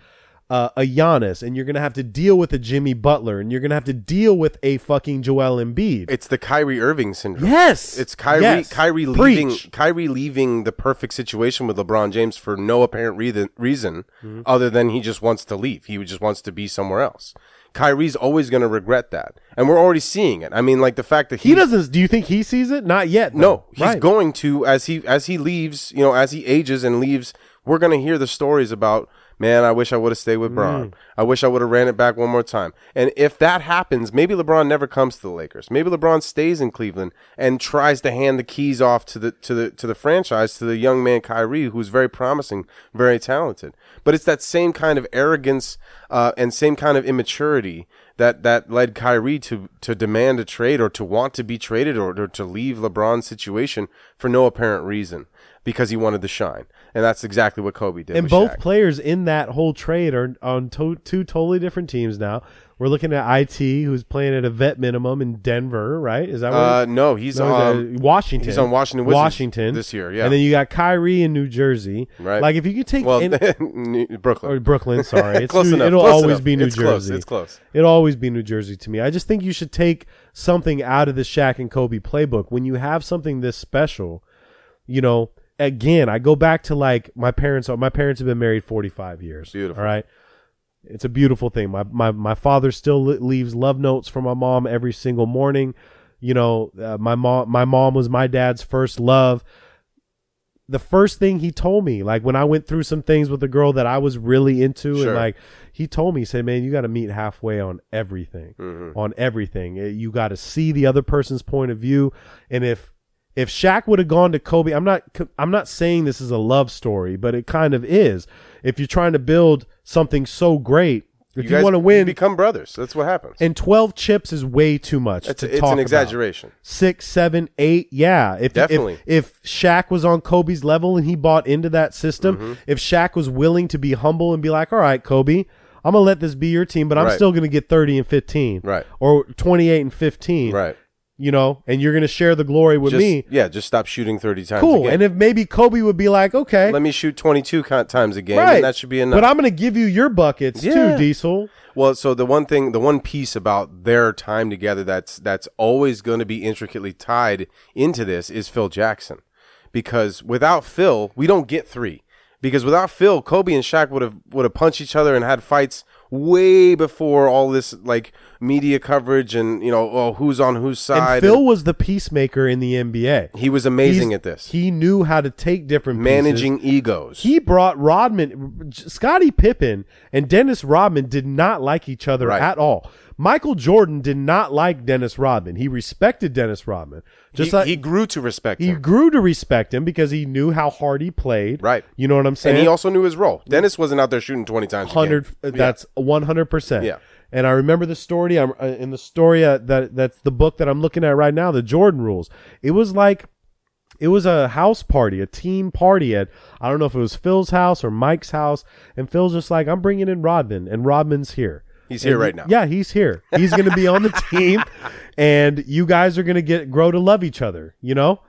Speaker 1: uh, a Giannis, and you're going to have to deal with a Jimmy Butler, and you're going to have to deal with a fucking Joel Embiid.
Speaker 3: It's the Kyrie Irving syndrome.
Speaker 1: Yes,
Speaker 3: It's Kyrie
Speaker 1: Yes.
Speaker 3: Kyrie
Speaker 1: Preach.
Speaker 3: leaving Kyrie leaving the perfect situation with LeBron James for no apparent reason, reason
Speaker 1: Mm-hmm.
Speaker 3: other than he just wants to leave. He just wants to be somewhere else. Kyrie's always going to regret that. And we're already seeing it. I mean like the fact that
Speaker 1: He doesn't. Do you think he sees it? Not yet. though.
Speaker 3: No, he's
Speaker 1: Right.
Speaker 3: going to as he as he leaves, you know, as he ages and leaves, we're going to hear the stories about man, I wish I would have stayed with
Speaker 1: Mm.
Speaker 3: Braun. I wish I would have ran it back one more time. And if that happens, maybe LeBron never comes to the Lakers. Maybe LeBron stays in Cleveland and tries to hand the keys off to the to the to the franchise to the young man Kyrie, who's very promising, very talented. But it's that same kind of arrogance uh, and same kind of immaturity that that led Kyrie to to demand a trade or to want to be traded or, or to leave LeBron's situation for no apparent reason because he wanted to shine. And that's exactly what Kobe did.
Speaker 1: and
Speaker 3: with
Speaker 1: both
Speaker 3: Shaq.
Speaker 1: players in that whole trade are on to- two totally different teams now. We're looking at IT, who's playing at a vet minimum in Denver, right? Is that what
Speaker 3: Uh, no, he's
Speaker 1: No,
Speaker 3: on
Speaker 1: he's, uh, Washington.
Speaker 3: he's on Washington Wizards
Speaker 1: Washington
Speaker 3: this year, yeah.
Speaker 1: and then you got Kyrie in New Jersey.
Speaker 3: Right.
Speaker 1: Like if you could take
Speaker 3: well,
Speaker 1: any-
Speaker 3: New- Brooklyn.
Speaker 1: or Brooklyn. Sorry, it's
Speaker 3: Close
Speaker 1: New-
Speaker 3: enough,
Speaker 1: It'll
Speaker 3: close
Speaker 1: always
Speaker 3: enough.
Speaker 1: be New
Speaker 3: It's
Speaker 1: Jersey.
Speaker 3: close, it's close.
Speaker 1: It'll always be New Jersey to me. I just think you should take something out of the Shaq and Kobe playbook when you have something this special. You know, again, I go back to like my parents. My parents have been married forty five years.
Speaker 3: Beautiful.
Speaker 1: All right. It's a beautiful thing. My my my father still li- leaves love notes for my mom every single morning. You know, uh, my mom my mom was my dad's first love the first thing he told me, like when I went through some things with a girl that I was really into,
Speaker 3: Sure.
Speaker 1: and like he told me, he said, "Man, you got to meet halfway on everything,
Speaker 3: Mm-hmm.
Speaker 1: on everything. Uh, You got to see the other person's point of view, and if." If Shaq would have gone to Kobe, I'm not. co- I'm not saying this is a love story, but it kind of is. If you're trying to build something so great, if you,
Speaker 3: guys
Speaker 1: want to win,
Speaker 3: become brothers. That's what happens.
Speaker 1: and 12 chips is way too much.
Speaker 3: It's,
Speaker 1: to
Speaker 3: it's
Speaker 1: talk
Speaker 3: an
Speaker 1: about
Speaker 3: exaggeration.
Speaker 1: six, seven, eight. Yeah, if
Speaker 3: Definitely.
Speaker 1: If, if Shaq was on Kobe's level and he bought into that system,
Speaker 3: Mm-hmm.
Speaker 1: if Shaq was willing to be humble and be like, "All right, Kobe, I'm gonna let this be your team, but I'm
Speaker 3: Right.
Speaker 1: still gonna get 30 and 15,
Speaker 3: Right.
Speaker 1: Or 28 and 15,
Speaker 3: Right.
Speaker 1: You know, and you're gonna share the glory with
Speaker 3: Just,
Speaker 1: me.
Speaker 3: Yeah, just stop shooting 30 times a
Speaker 1: Cool.
Speaker 3: game.
Speaker 1: And if maybe Kobe would be like, "Okay."
Speaker 3: Let me shoot 22 co- times a game,
Speaker 1: Right,
Speaker 3: and that should be enough.
Speaker 1: But I'm going to give you your buckets
Speaker 3: Yeah.
Speaker 1: too, Diesel.
Speaker 3: Well, so the one thing, the one piece about their time together that's that's always going to be intricately tied into this is Phil Jackson, because without Phil, we don't get three. Because without Phil, Kobe and Shaq would have would have punched each other and had fights way before all this like media coverage and you know oh who's on whose
Speaker 1: And
Speaker 3: side.
Speaker 1: Phil was the peacemaker in the NBA.
Speaker 3: he was amazing
Speaker 1: He's-
Speaker 3: at this,
Speaker 1: He knew how to take different pieces.
Speaker 3: managing egos.
Speaker 1: he brought Rodman, Scottie Pippen, and Dennis Rodman did not like each other
Speaker 3: Right.
Speaker 1: at all. Michael Jordan did not like Dennis Rodman. He respected Dennis Rodman, just
Speaker 3: he,
Speaker 1: like
Speaker 3: he
Speaker 1: he,
Speaker 3: grew to respect him.
Speaker 1: grew to respect him because he knew how hard he played.
Speaker 3: Right.
Speaker 1: You know what I'm saying?
Speaker 3: and he also knew his role. Dennis wasn't out there shooting 20 times a game.
Speaker 1: hundred. That's one hundred percent.
Speaker 3: Yeah.
Speaker 1: And I remember the story. I'm uh, in the story uh, that that's the book that I'm looking at right now. The Jordan Rules. It was like, it was a house party, a team party at I don't know if it was Phil's house or Mike's house. And Phil's just like, I'm bringing in Rodman, and Rodman's here.
Speaker 3: He's here
Speaker 1: And-
Speaker 3: right now.
Speaker 1: Yeah, he's here. He's going to be on the team, and you guys are going to get grow to love each other. You know.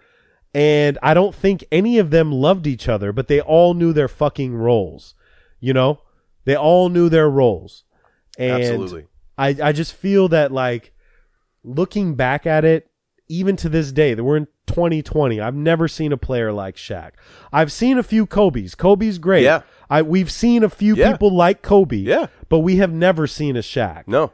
Speaker 1: And I don't think any of them loved each other, but they all knew their fucking roles. You know, they all knew their roles. And
Speaker 3: Absolutely.
Speaker 1: I, I just feel that like looking back at it, even to this day, that we're in 2020, I've never seen a player like Shaq. I've seen a few Kobe's. Kobe's great.
Speaker 3: Yeah.
Speaker 1: I we've seen a few
Speaker 3: Yeah.
Speaker 1: people like Kobe.
Speaker 3: Yeah.
Speaker 1: But we have never seen a Shaq.
Speaker 3: No.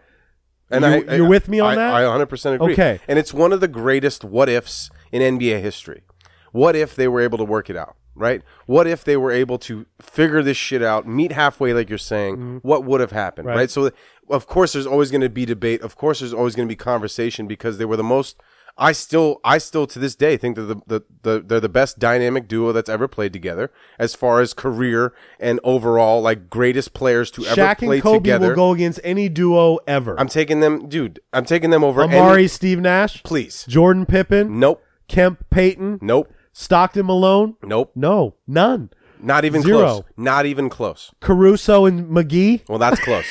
Speaker 3: And
Speaker 1: You-
Speaker 3: I,
Speaker 1: you're
Speaker 3: I-
Speaker 1: with me on
Speaker 3: I-
Speaker 1: that?
Speaker 3: I 100% agree.
Speaker 1: Okay.
Speaker 3: And it's one of the greatest what ifs in NBA history. What if they were able to work it out, right? What if they were able to figure this shit out, meet halfway, like you're saying? What would have happened, right?
Speaker 1: Mm-hmm. Right.
Speaker 3: So, of course, there's always going to be debate. Of course, there's always going to be conversation because they were the most. I still, I still to this day think that the, the, the they're the best dynamic duo that's ever played together as far as career and overall like greatest players to ever
Speaker 1: Shaq
Speaker 3: play
Speaker 1: and Kobe
Speaker 3: together.
Speaker 1: will go against any duo ever.
Speaker 3: I'm taking them, dude. I'm taking them over any-
Speaker 1: Amari, Steve Nash,
Speaker 3: please.
Speaker 1: Jordan Pippen,
Speaker 3: Nope.
Speaker 1: Kemp Payton,
Speaker 3: Nope.
Speaker 1: Stockton Malone.
Speaker 3: Nope.
Speaker 1: No, none.
Speaker 3: Not even
Speaker 1: Zero.
Speaker 3: close. Not even close.
Speaker 1: Caruso and McGee.
Speaker 3: Well, that's close.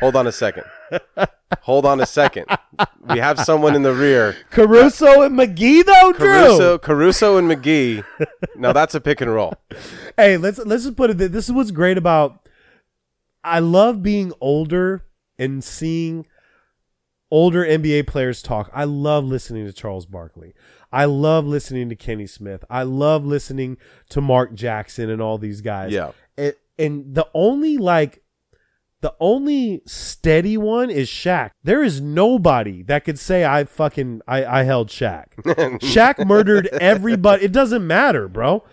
Speaker 3: Hold on a second. Hold on a second. We have someone in the rear.
Speaker 1: Caruso and McGee though, Drew.
Speaker 3: Caruso, Caruso and McGee. Now that's a pick and roll.
Speaker 1: Hey, let's let's just put it. th- This is what's great about. I love being older and seeing older NBA players talk. I love listening to Charles Barkley. I love listening to Kenny Smith. I love listening to Mark Jackson and all these guys.
Speaker 3: Yeah.
Speaker 1: And, and the only like the only steady one is Shaq. There is nobody that could say I fucking I, I held Shaq. Shaq murdered everybody. It doesn't matter, bro.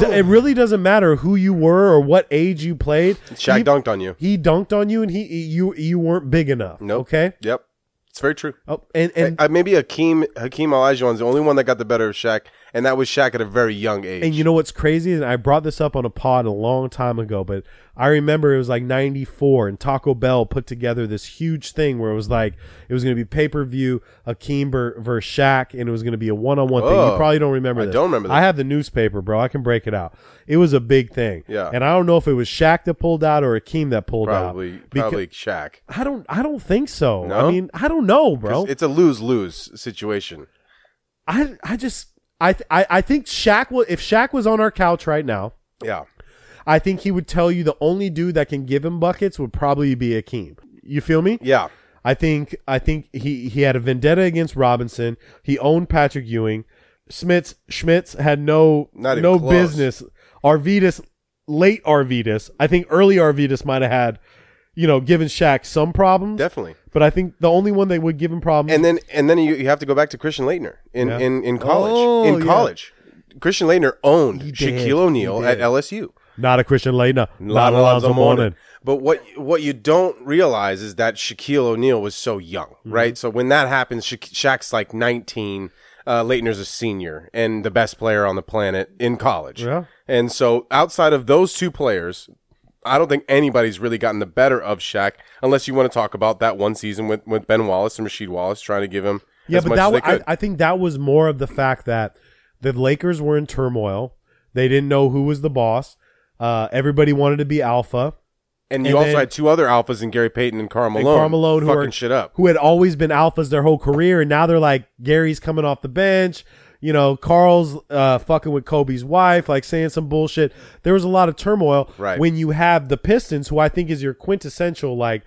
Speaker 1: d- it really doesn't matter who you were or what age you played.
Speaker 3: Shaq
Speaker 1: He-
Speaker 3: dunked on you.
Speaker 1: He dunked on you, and he you you weren't big enough.
Speaker 3: Nope.
Speaker 1: Okay.
Speaker 3: Yep. It's very true.
Speaker 1: Oh, and and
Speaker 3: Uh, maybe Hakeem Hakeem Olajuwon's the only one that got the better of Shaq, and that was Shaq at a very young age.
Speaker 1: And you know what's crazy? And I brought this up on a pod a long time ago, but I remember it was like 94 and Taco Bell put together this huge thing where it was like, it was going to be pay per view, Akeem ver- versus Shaq, and it was going to be a one on one thing. You
Speaker 3: Oh,
Speaker 1: probably don't remember
Speaker 3: I
Speaker 1: this.
Speaker 3: don't remember
Speaker 1: I
Speaker 3: this.
Speaker 1: have the newspaper, bro. I can break it out. It was a big thing.
Speaker 3: Yeah.
Speaker 1: And I don't know if it was Shaq that pulled out or Akeem that pulled
Speaker 3: probably
Speaker 1: out. Beca-
Speaker 3: probably Shaq.
Speaker 1: I don't, I don't think so.
Speaker 3: No?
Speaker 1: I mean, I don't know, bro.
Speaker 3: It's a lose lose situation.
Speaker 1: I, I just, I, th- I, I think Shaq will, if Shaq was on our couch right now,
Speaker 3: Yeah.
Speaker 1: I think he would tell you the only dude that can give him buckets would probably be Akeem. You feel me?
Speaker 3: Yeah.
Speaker 1: I think I think he he had a vendetta against Robinson. He owned Patrick Ewing. Smits Schmitz had no
Speaker 3: Not even
Speaker 1: no
Speaker 3: close.
Speaker 1: business. Arvidas late Arvidas. I think early Arvidas might have had you know given Shaq some problems.
Speaker 3: Definitely.
Speaker 1: But I think the only one they would give him problems.
Speaker 3: And then and then you, you have to go back to Christian Leitner in
Speaker 1: Um, Yeah. Oh,
Speaker 3: in, in college. in
Speaker 1: yeah.
Speaker 3: college. Christian Leitner owned
Speaker 1: He did.
Speaker 3: Shaquille O'Neal
Speaker 1: He
Speaker 3: at
Speaker 1: did.
Speaker 3: LSU.
Speaker 1: not a Christian Leitner, not,
Speaker 3: Not
Speaker 1: a Alonzo Mourning.
Speaker 3: But what what you don't realize is that Shaquille O'Neal was so young,
Speaker 1: Mm-hmm.
Speaker 3: right? So when that happens, Sha- Shaq's like 19. Uh, Leitner's a senior and the best player on the planet in college.
Speaker 1: Yeah.
Speaker 3: And so outside of those two players, I don't think anybody's really gotten the better of Shaq unless you want to talk about that one season with, with Ben Wallace and Rasheed Wallace trying to give him
Speaker 1: Yeah,
Speaker 3: as
Speaker 1: but
Speaker 3: much
Speaker 1: that
Speaker 3: as they
Speaker 1: was, I,
Speaker 3: could.
Speaker 1: I think that was more of the fact that the Lakers were in turmoil. They didn't know who was the boss. Uh, everybody wanted to be alpha.
Speaker 3: and you
Speaker 1: and
Speaker 3: also
Speaker 1: then-
Speaker 3: had two other alphas in Gary Payton and Karl
Speaker 1: And
Speaker 3: Malone,
Speaker 1: Karl Malone, who
Speaker 3: fucking
Speaker 1: are,
Speaker 3: shit up.
Speaker 1: who had always been alphas their whole career, and now they're like Gary's coming off the bench. You know, Carl's uh, fucking with Kobe's wife, like saying some bullshit. There was a lot of turmoil
Speaker 3: Right.
Speaker 1: when you have the Pistons, who I think is your quintessential. Like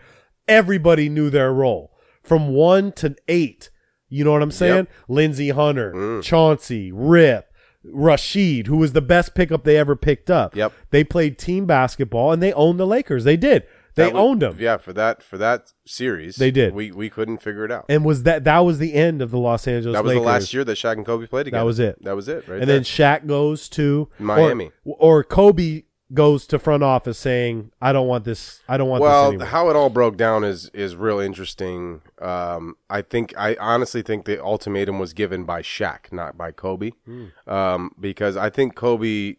Speaker 1: everybody knew their role from one to eight. You know what I'm saying? Lindsey Hunter,
Speaker 3: Mm.
Speaker 1: Chauncey, Rip, Rashid, who was the best pickup they ever picked up.
Speaker 3: Yep.
Speaker 1: They played team basketball and they owned the Lakers. They did. They
Speaker 3: That was-
Speaker 1: owned them.
Speaker 3: Yeah, for that for that series,
Speaker 1: They did.
Speaker 3: We we couldn't figure it out.
Speaker 1: And was that that was the end of the Los Angeles
Speaker 3: that was
Speaker 1: Lakers?
Speaker 3: the last year that Shaq and Kobe played together.
Speaker 1: was it.
Speaker 3: That was it. Right.
Speaker 1: and
Speaker 3: there.
Speaker 1: then Shaq goes to or-
Speaker 3: Miami.
Speaker 1: or, Kobe goes to front office saying, "I don't want this. I don't want
Speaker 3: well,
Speaker 1: this anymore."
Speaker 3: how it all broke down is is real interesting. Um, I think I honestly think the ultimatum was given by Shaq, not by Kobe,
Speaker 1: Hmm.
Speaker 3: um, because I think Kobe.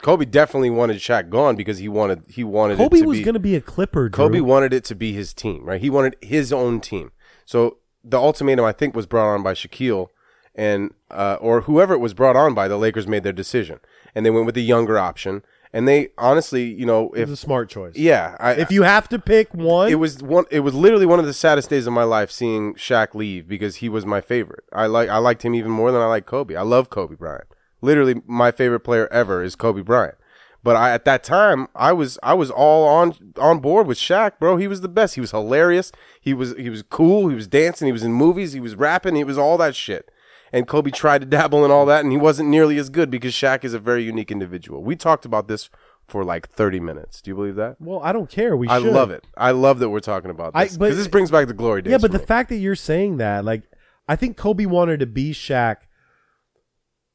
Speaker 3: Kobe definitely wanted Shaq gone because he wanted he wanted it
Speaker 1: Kobe
Speaker 3: to
Speaker 1: was
Speaker 3: be,
Speaker 1: going to be a Clipper. Drew.
Speaker 3: Kobe wanted it to be his team, right? He wanted his own team. So the ultimatum, I think, was brought on by Shaquille and uh, or whoever it was brought on by. The Lakers made their decision, and they went with the younger option. And they honestly, you know,
Speaker 1: it was a
Speaker 3: if
Speaker 1: smart choice.
Speaker 3: yeah, I,
Speaker 1: If you have to pick one,
Speaker 3: it was one. It was literally one of the saddest days of my life seeing Shaq leave because he was my favorite. I like I liked him even more than I like Kobe. I love Kobe Bryant. Literally, my favorite player ever is Kobe Bryant. But I, at that time, I was I was all on on board with Shaq, bro. He was the best. He was hilarious. He was he was cool. He was dancing. He was in movies. He was rapping. He was all that shit. And Kobe tried to dabble in all that, and he wasn't nearly as good because Shaq is a very unique individual. We talked about this for like thirty minutes. Do you believe that?
Speaker 1: well, I don't care. We
Speaker 3: I
Speaker 1: should.
Speaker 3: love it. I love that we're talking about
Speaker 1: I-
Speaker 3: this
Speaker 1: but-
Speaker 3: because this brings back the glory days.
Speaker 1: Yeah, but
Speaker 3: for
Speaker 1: the
Speaker 3: me.
Speaker 1: fact that you're saying that, like, I think Kobe wanted to be Shaq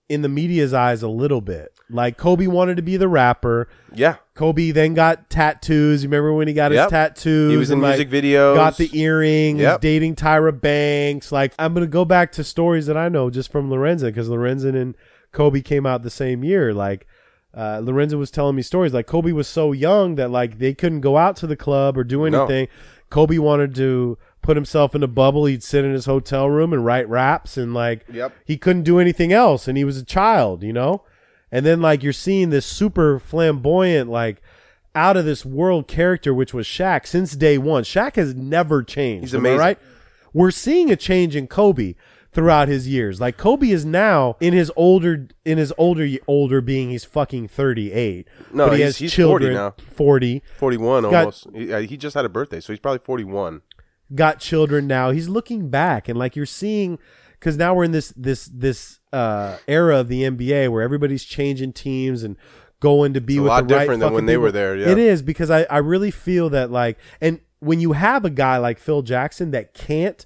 Speaker 1: in the media's eyes a little bit. Like Kobe wanted to be the rapper.
Speaker 3: yeah,
Speaker 1: Kobe then got tattoos. You remember when he got his
Speaker 3: Yep.
Speaker 1: tattoos?
Speaker 3: He was in
Speaker 1: and, like,
Speaker 3: music videos.
Speaker 1: Got the earring.
Speaker 3: Yep.
Speaker 1: Was dating Tyra Banks. Like I'm gonna go back to stories that I know just from Lorenzen because Lorenzen and Kobe came out the same year. Like uh, Lorenzen was telling me stories. Like Kobe was so young that like they couldn't go out to the club or do
Speaker 3: No.
Speaker 1: anything. Kobe wanted to put himself in a bubble. He'd sit in his hotel room and write raps and like
Speaker 3: Yep.
Speaker 1: he couldn't do anything else and he was a child, you know? And then like you're seeing this super flamboyant, like out of this world character, which was Shaq since day one. Shaq has never changed.
Speaker 3: He's
Speaker 1: am I
Speaker 3: amazing.
Speaker 1: right? We're seeing a change in Kobe throughout his years. Like Kobe is now in his older in his older older being he's fucking 38.
Speaker 3: No,
Speaker 1: but he
Speaker 3: he's-
Speaker 1: has
Speaker 3: he's 40
Speaker 1: children
Speaker 3: now.
Speaker 1: 40
Speaker 3: forty-one
Speaker 1: Got-
Speaker 3: almost. He, uh, he just had a birthday, so he's probably forty-one.
Speaker 1: got children now. He's looking back and like you're seeing because now we're in this this this uh, era of the NBA where everybody's changing teams and going to be
Speaker 3: It's a
Speaker 1: with
Speaker 3: lot
Speaker 1: the right
Speaker 3: different than
Speaker 1: fucking
Speaker 3: when they were
Speaker 1: people.
Speaker 3: there, yeah.
Speaker 1: It is because I I really feel that like and when you have a guy like Phil Jackson that can't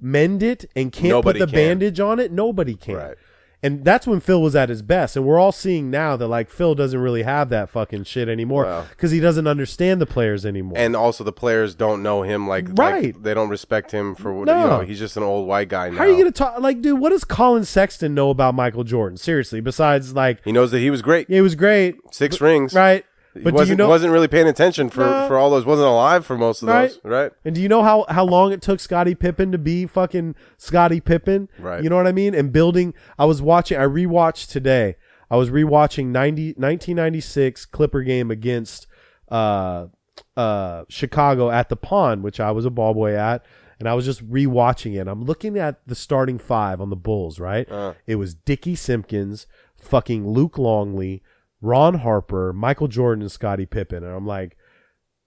Speaker 1: mend it and can't
Speaker 3: Nobody
Speaker 1: put the
Speaker 3: can.
Speaker 1: bandage on it, nobody can.
Speaker 3: Right.
Speaker 1: And that's when Phil was at his best. And we're all seeing now that like Phil doesn't really have that fucking shit anymore
Speaker 3: Wow.
Speaker 1: because he doesn't understand the players anymore.
Speaker 3: and also the players don't know him like like,
Speaker 1: Right.
Speaker 3: they don't respect him for what
Speaker 1: No.
Speaker 3: you know he's just an old white guy now.
Speaker 1: How are you gonna talk like, dude? What does Colin Sexton know about Michael Jordan? Seriously, besides like
Speaker 3: he knows that he was great
Speaker 1: it was great,
Speaker 3: six rings
Speaker 1: right?
Speaker 3: he
Speaker 1: But do
Speaker 3: wasn't,
Speaker 1: you know?
Speaker 3: wasn't really paying attention for,
Speaker 1: No.
Speaker 3: for all those wasn't alive for most of those right
Speaker 1: And do you know how, how long it took Scottie Pippen to be fucking Scottie Pippen?
Speaker 3: Right.
Speaker 1: You know what I mean? And building, I was watching, I rewatched today. I was rewatching 90, 1996 Clipper game against uh, uh, Chicago at the Pond, which I was a ball boy at. And I was just rewatching it. I'm looking at the starting five on the Bulls, right?
Speaker 3: Uh.
Speaker 1: It was Dickie Simpkins, fucking Luke Longley, Ron Harper, Michael Jordan, and Scottie Pippen. And I'm like,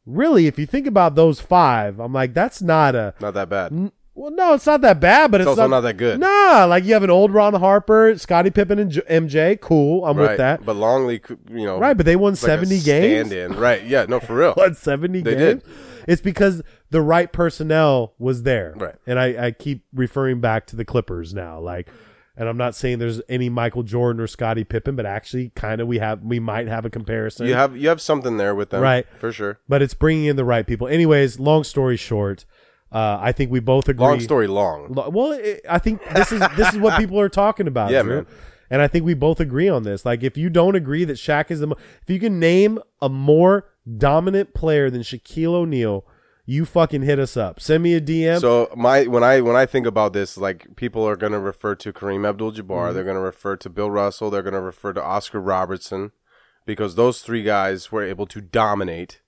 Speaker 1: really, if you think about those five, I'm like, that's not a.
Speaker 3: not that bad
Speaker 1: n- Well, no, it's not that bad, but it's,
Speaker 3: also not that good.
Speaker 1: Nah, like you have an old Ron Harper, Scottie Pippen, and J- MJ. Cool, I'm
Speaker 3: right
Speaker 1: with that.
Speaker 3: but Longley could- you know
Speaker 1: right, but they won
Speaker 3: was like a
Speaker 1: 70 games.
Speaker 3: stand-in. right yeah no for real
Speaker 1: Won 70
Speaker 3: They
Speaker 1: games. It's because the right personnel was there.
Speaker 3: Right.
Speaker 1: And I, I keep referring back to the Clippers now, like. And I'm not saying there's any Michael Jordan or Scottie Pippen, but actually, kind of, we have we might have a comparison.
Speaker 3: you have you have something there with them
Speaker 1: Right.
Speaker 3: for sure
Speaker 1: but it's bringing in the right people. Anyways, long story short, uh, I think we both agree.
Speaker 3: long story long
Speaker 1: Lo- Well, it, I think this is this is what people are talking about.
Speaker 3: Yeah,
Speaker 1: Drew.
Speaker 3: man.
Speaker 1: And I think we both agree on this. Like, if you don't agree that Shaq is the, mo- if you can name a more dominant player than Shaquille O'Neal, you fucking hit us up. Send me a DM.
Speaker 3: so my when I when I think about this like people are going to refer to Kareem Abdul-Jabbar
Speaker 1: Mm-hmm.
Speaker 3: they're going to refer to Bill Russell they're going to refer to Oscar Robertson because those three guys were able to dominate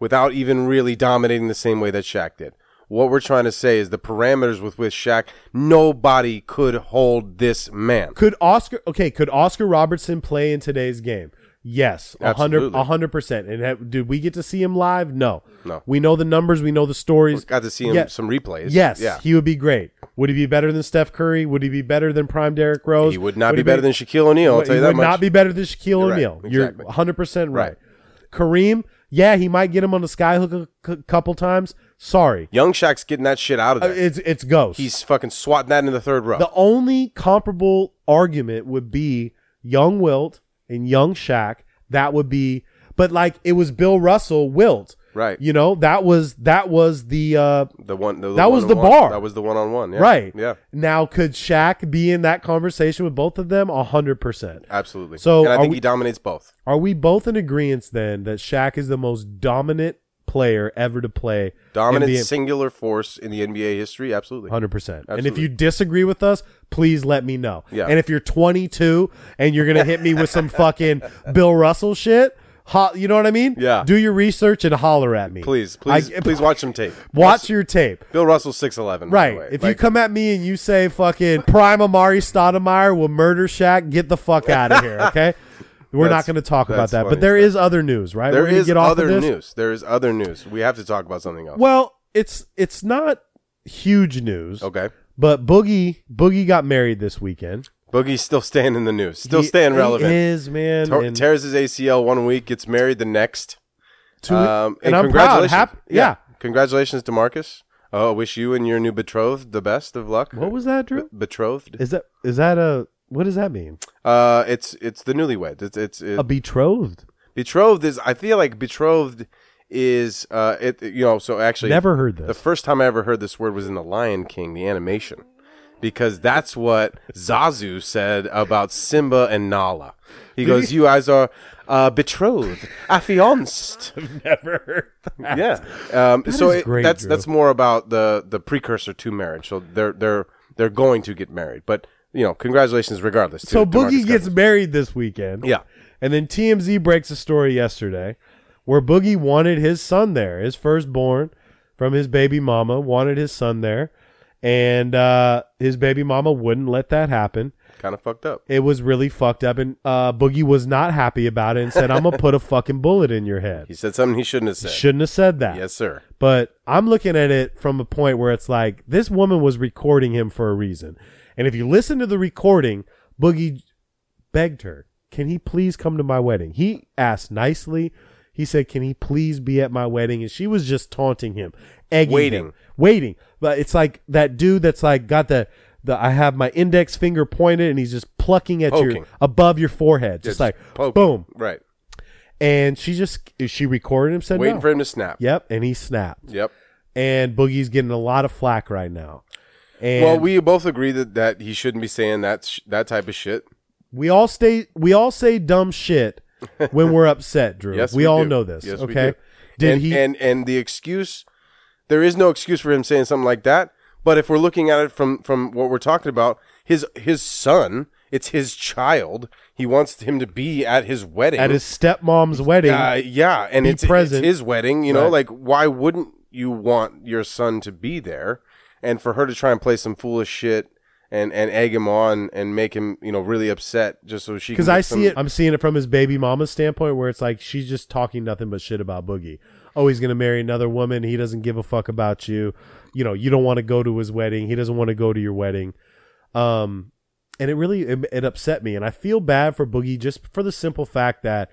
Speaker 3: without even really dominating the same way that Shaq did. What we're trying to say is the parameters with which Shaq nobody could hold this man.
Speaker 1: could Oscar? Okay, could Oscar Robertson play in today's game? Yes, a hundred,
Speaker 3: Absolutely.
Speaker 1: a hundred percent. And have, did we get to see him live? No.
Speaker 3: No.
Speaker 1: We know the numbers. We know the stories.
Speaker 3: Got to see him
Speaker 1: Yeah.
Speaker 3: some replays.
Speaker 1: Yes,
Speaker 3: yeah.
Speaker 1: he would be great. Would he be better than Steph Curry? Would he be better than Prime Derrick Rose?
Speaker 3: He would not be better than Shaquille O'Neal. I'll
Speaker 1: He
Speaker 3: tell you
Speaker 1: would
Speaker 3: that much.
Speaker 1: not be better than Shaquille
Speaker 3: You're right.
Speaker 1: O'Neal.
Speaker 3: Exactly.
Speaker 1: You're 100% right.
Speaker 3: Right.
Speaker 1: Kareem, yeah, he might get him on the skyhook a c- couple times. Sorry.
Speaker 3: Young Shaq's getting that shit out of
Speaker 1: Uh,
Speaker 3: there.
Speaker 1: It's it's ghost.
Speaker 3: He's fucking swatting that in the third row.
Speaker 1: the only comparable argument would be young Wilt and young Shaq. That would be but like it was Bill Russell Wilt.
Speaker 3: Right.
Speaker 1: You know, that was that was the uh
Speaker 3: The one the,
Speaker 1: That was the
Speaker 3: one-on-one.
Speaker 1: bar.
Speaker 3: That was the one on one.
Speaker 1: right.
Speaker 3: Yeah.
Speaker 1: Now could Shaq be in that conversation with both of them? A hundred percent.
Speaker 3: Absolutely.
Speaker 1: So,
Speaker 3: and I
Speaker 1: are
Speaker 3: think
Speaker 1: we-
Speaker 3: he dominates both.
Speaker 1: Are we both in agreement then that Shaq is the most dominant player ever to play?
Speaker 3: Dominant
Speaker 1: NBA
Speaker 3: singular force in the NBA history. Absolutely.
Speaker 1: 100%. And if
Speaker 3: Absolutely.
Speaker 1: you disagree with us, please let me know.
Speaker 3: Yeah.
Speaker 1: And if you're 22 and you're going to hit me with some fucking Bill Russell shit, ho- you know what I mean?
Speaker 3: Yeah.
Speaker 1: Do your research and holler at me.
Speaker 3: Please, please,
Speaker 1: I-
Speaker 3: please watch some tape.
Speaker 1: Watch your tape.
Speaker 3: Bill Russell's six eleven.
Speaker 1: Right. If you come at me and you say fucking prime Amari Stoudemire will murder Shaq, get the fuck out of here, okay? We're not
Speaker 3: That's-
Speaker 1: going to talk about
Speaker 3: that's
Speaker 1: that, but
Speaker 3: funny
Speaker 1: there
Speaker 3: stuff.
Speaker 1: is other news, right? We're
Speaker 3: there
Speaker 1: gonna
Speaker 3: is
Speaker 1: get off of
Speaker 3: other
Speaker 1: this.
Speaker 3: news. There is other news. We have to talk about something else.
Speaker 1: Well, it's it's not huge news.
Speaker 3: Okay.
Speaker 1: But Boogie Boogie got married this weekend.
Speaker 3: Boogie's still staying in the news. Still
Speaker 1: He-
Speaker 3: staying
Speaker 1: he
Speaker 3: relevant.
Speaker 1: is man.
Speaker 3: Tor-
Speaker 1: and
Speaker 3: tears his ACL one week, gets married the next.
Speaker 1: two-
Speaker 3: Um,
Speaker 1: and I'm proud.
Speaker 3: congratulations.
Speaker 1: Hap- yeah.
Speaker 3: Congratulations to Marcus. Oh, I wish you and your new betrothed the best of luck.
Speaker 1: What was that, Drew?
Speaker 3: betrothed?
Speaker 1: Is that is that a what does that mean?
Speaker 3: Uh, it's it's the newlywed. It's it's it,
Speaker 1: A betrothed?
Speaker 3: betrothed is. I feel like betrothed is uh it you know so actually
Speaker 1: Never heard
Speaker 3: The
Speaker 1: this.
Speaker 3: first time I ever heard this word was in The Lion King, the animation, because that's what Zazu said about Simba and Nala. He goes, "You guys are uh, betrothed, affianced."
Speaker 1: Never heard. That.
Speaker 3: yeah. Um, so
Speaker 1: is
Speaker 3: it-
Speaker 1: great,
Speaker 3: that's
Speaker 1: Drew.
Speaker 3: that's more about the the precursor to marriage. So they're they're they're going to get married, but you know, congratulations regardless. to-
Speaker 1: So
Speaker 3: to Marcus
Speaker 1: Boogie gets
Speaker 3: Cousins.
Speaker 1: married this weekend.
Speaker 3: yeah.
Speaker 1: And then TMZ breaks a story yesterday where Boogie wanted his son there, his firstborn from his baby mama, wanted his son there. And uh, his baby mama wouldn't let that happen.
Speaker 3: Kind of fucked up.
Speaker 1: It was really fucked up. And uh, Boogie was not happy about it and said, I'm going to put a fucking bullet in your head.
Speaker 3: He said something he shouldn't have said.
Speaker 1: Shouldn't have said that.
Speaker 3: Yes, sir.
Speaker 1: But I'm looking at it from a point where it's like this woman was recording him for a reason. And if you listen to the recording, Boogie begged her, "Can he please come to my wedding?" He asked nicely. He said, "Can he please be at my wedding?" And she was just taunting him, egging
Speaker 3: Waiting.
Speaker 1: him, waiting. But it's like that dude that's like got the the I have my index finger pointed and he's just plucking at your
Speaker 3: Poking.
Speaker 1: above your forehead, just, like
Speaker 3: poke.
Speaker 1: boom.
Speaker 3: Right.
Speaker 1: And she just she recorded him said
Speaker 3: Waiting
Speaker 1: no.
Speaker 3: for him to snap.
Speaker 1: Yep, and he snapped.
Speaker 3: Yep.
Speaker 1: And Boogie's getting a lot of flack right now. And
Speaker 3: well, we both agree that, that he shouldn't be saying that sh- that type of shit.
Speaker 1: We all stay. We all say dumb shit when we're upset, Drew.
Speaker 3: Yes,
Speaker 1: we,
Speaker 3: we
Speaker 1: all
Speaker 3: do.
Speaker 1: know this.
Speaker 3: Yes, we
Speaker 1: okay.
Speaker 3: do.
Speaker 1: Did
Speaker 3: and,
Speaker 1: he?
Speaker 3: and and the excuse there is no excuse for him saying something like that but if we're looking at it from from what we're talking about his his son it's his child he wants him to be at his wedding
Speaker 1: at his stepmom's wedding,
Speaker 3: uh, yeah and
Speaker 1: be
Speaker 3: it's, it's
Speaker 1: present.
Speaker 3: his wedding you know
Speaker 1: Right.
Speaker 3: like why wouldn't you want your son to be there and for her to try and play some foolish shit and and egg him on and make him you know really upset just so she
Speaker 1: because
Speaker 3: can
Speaker 1: I
Speaker 3: get some-
Speaker 1: see it. I'm seeing it from his baby mama's standpoint, where it's like she's just talking nothing but shit about Boogie. Oh, he's gonna marry another woman. He doesn't give a fuck about you. You know, you don't want to go to his wedding. He doesn't want to go to your wedding. Um, and it really it, it upset me, and I feel bad for Boogie just for the simple fact that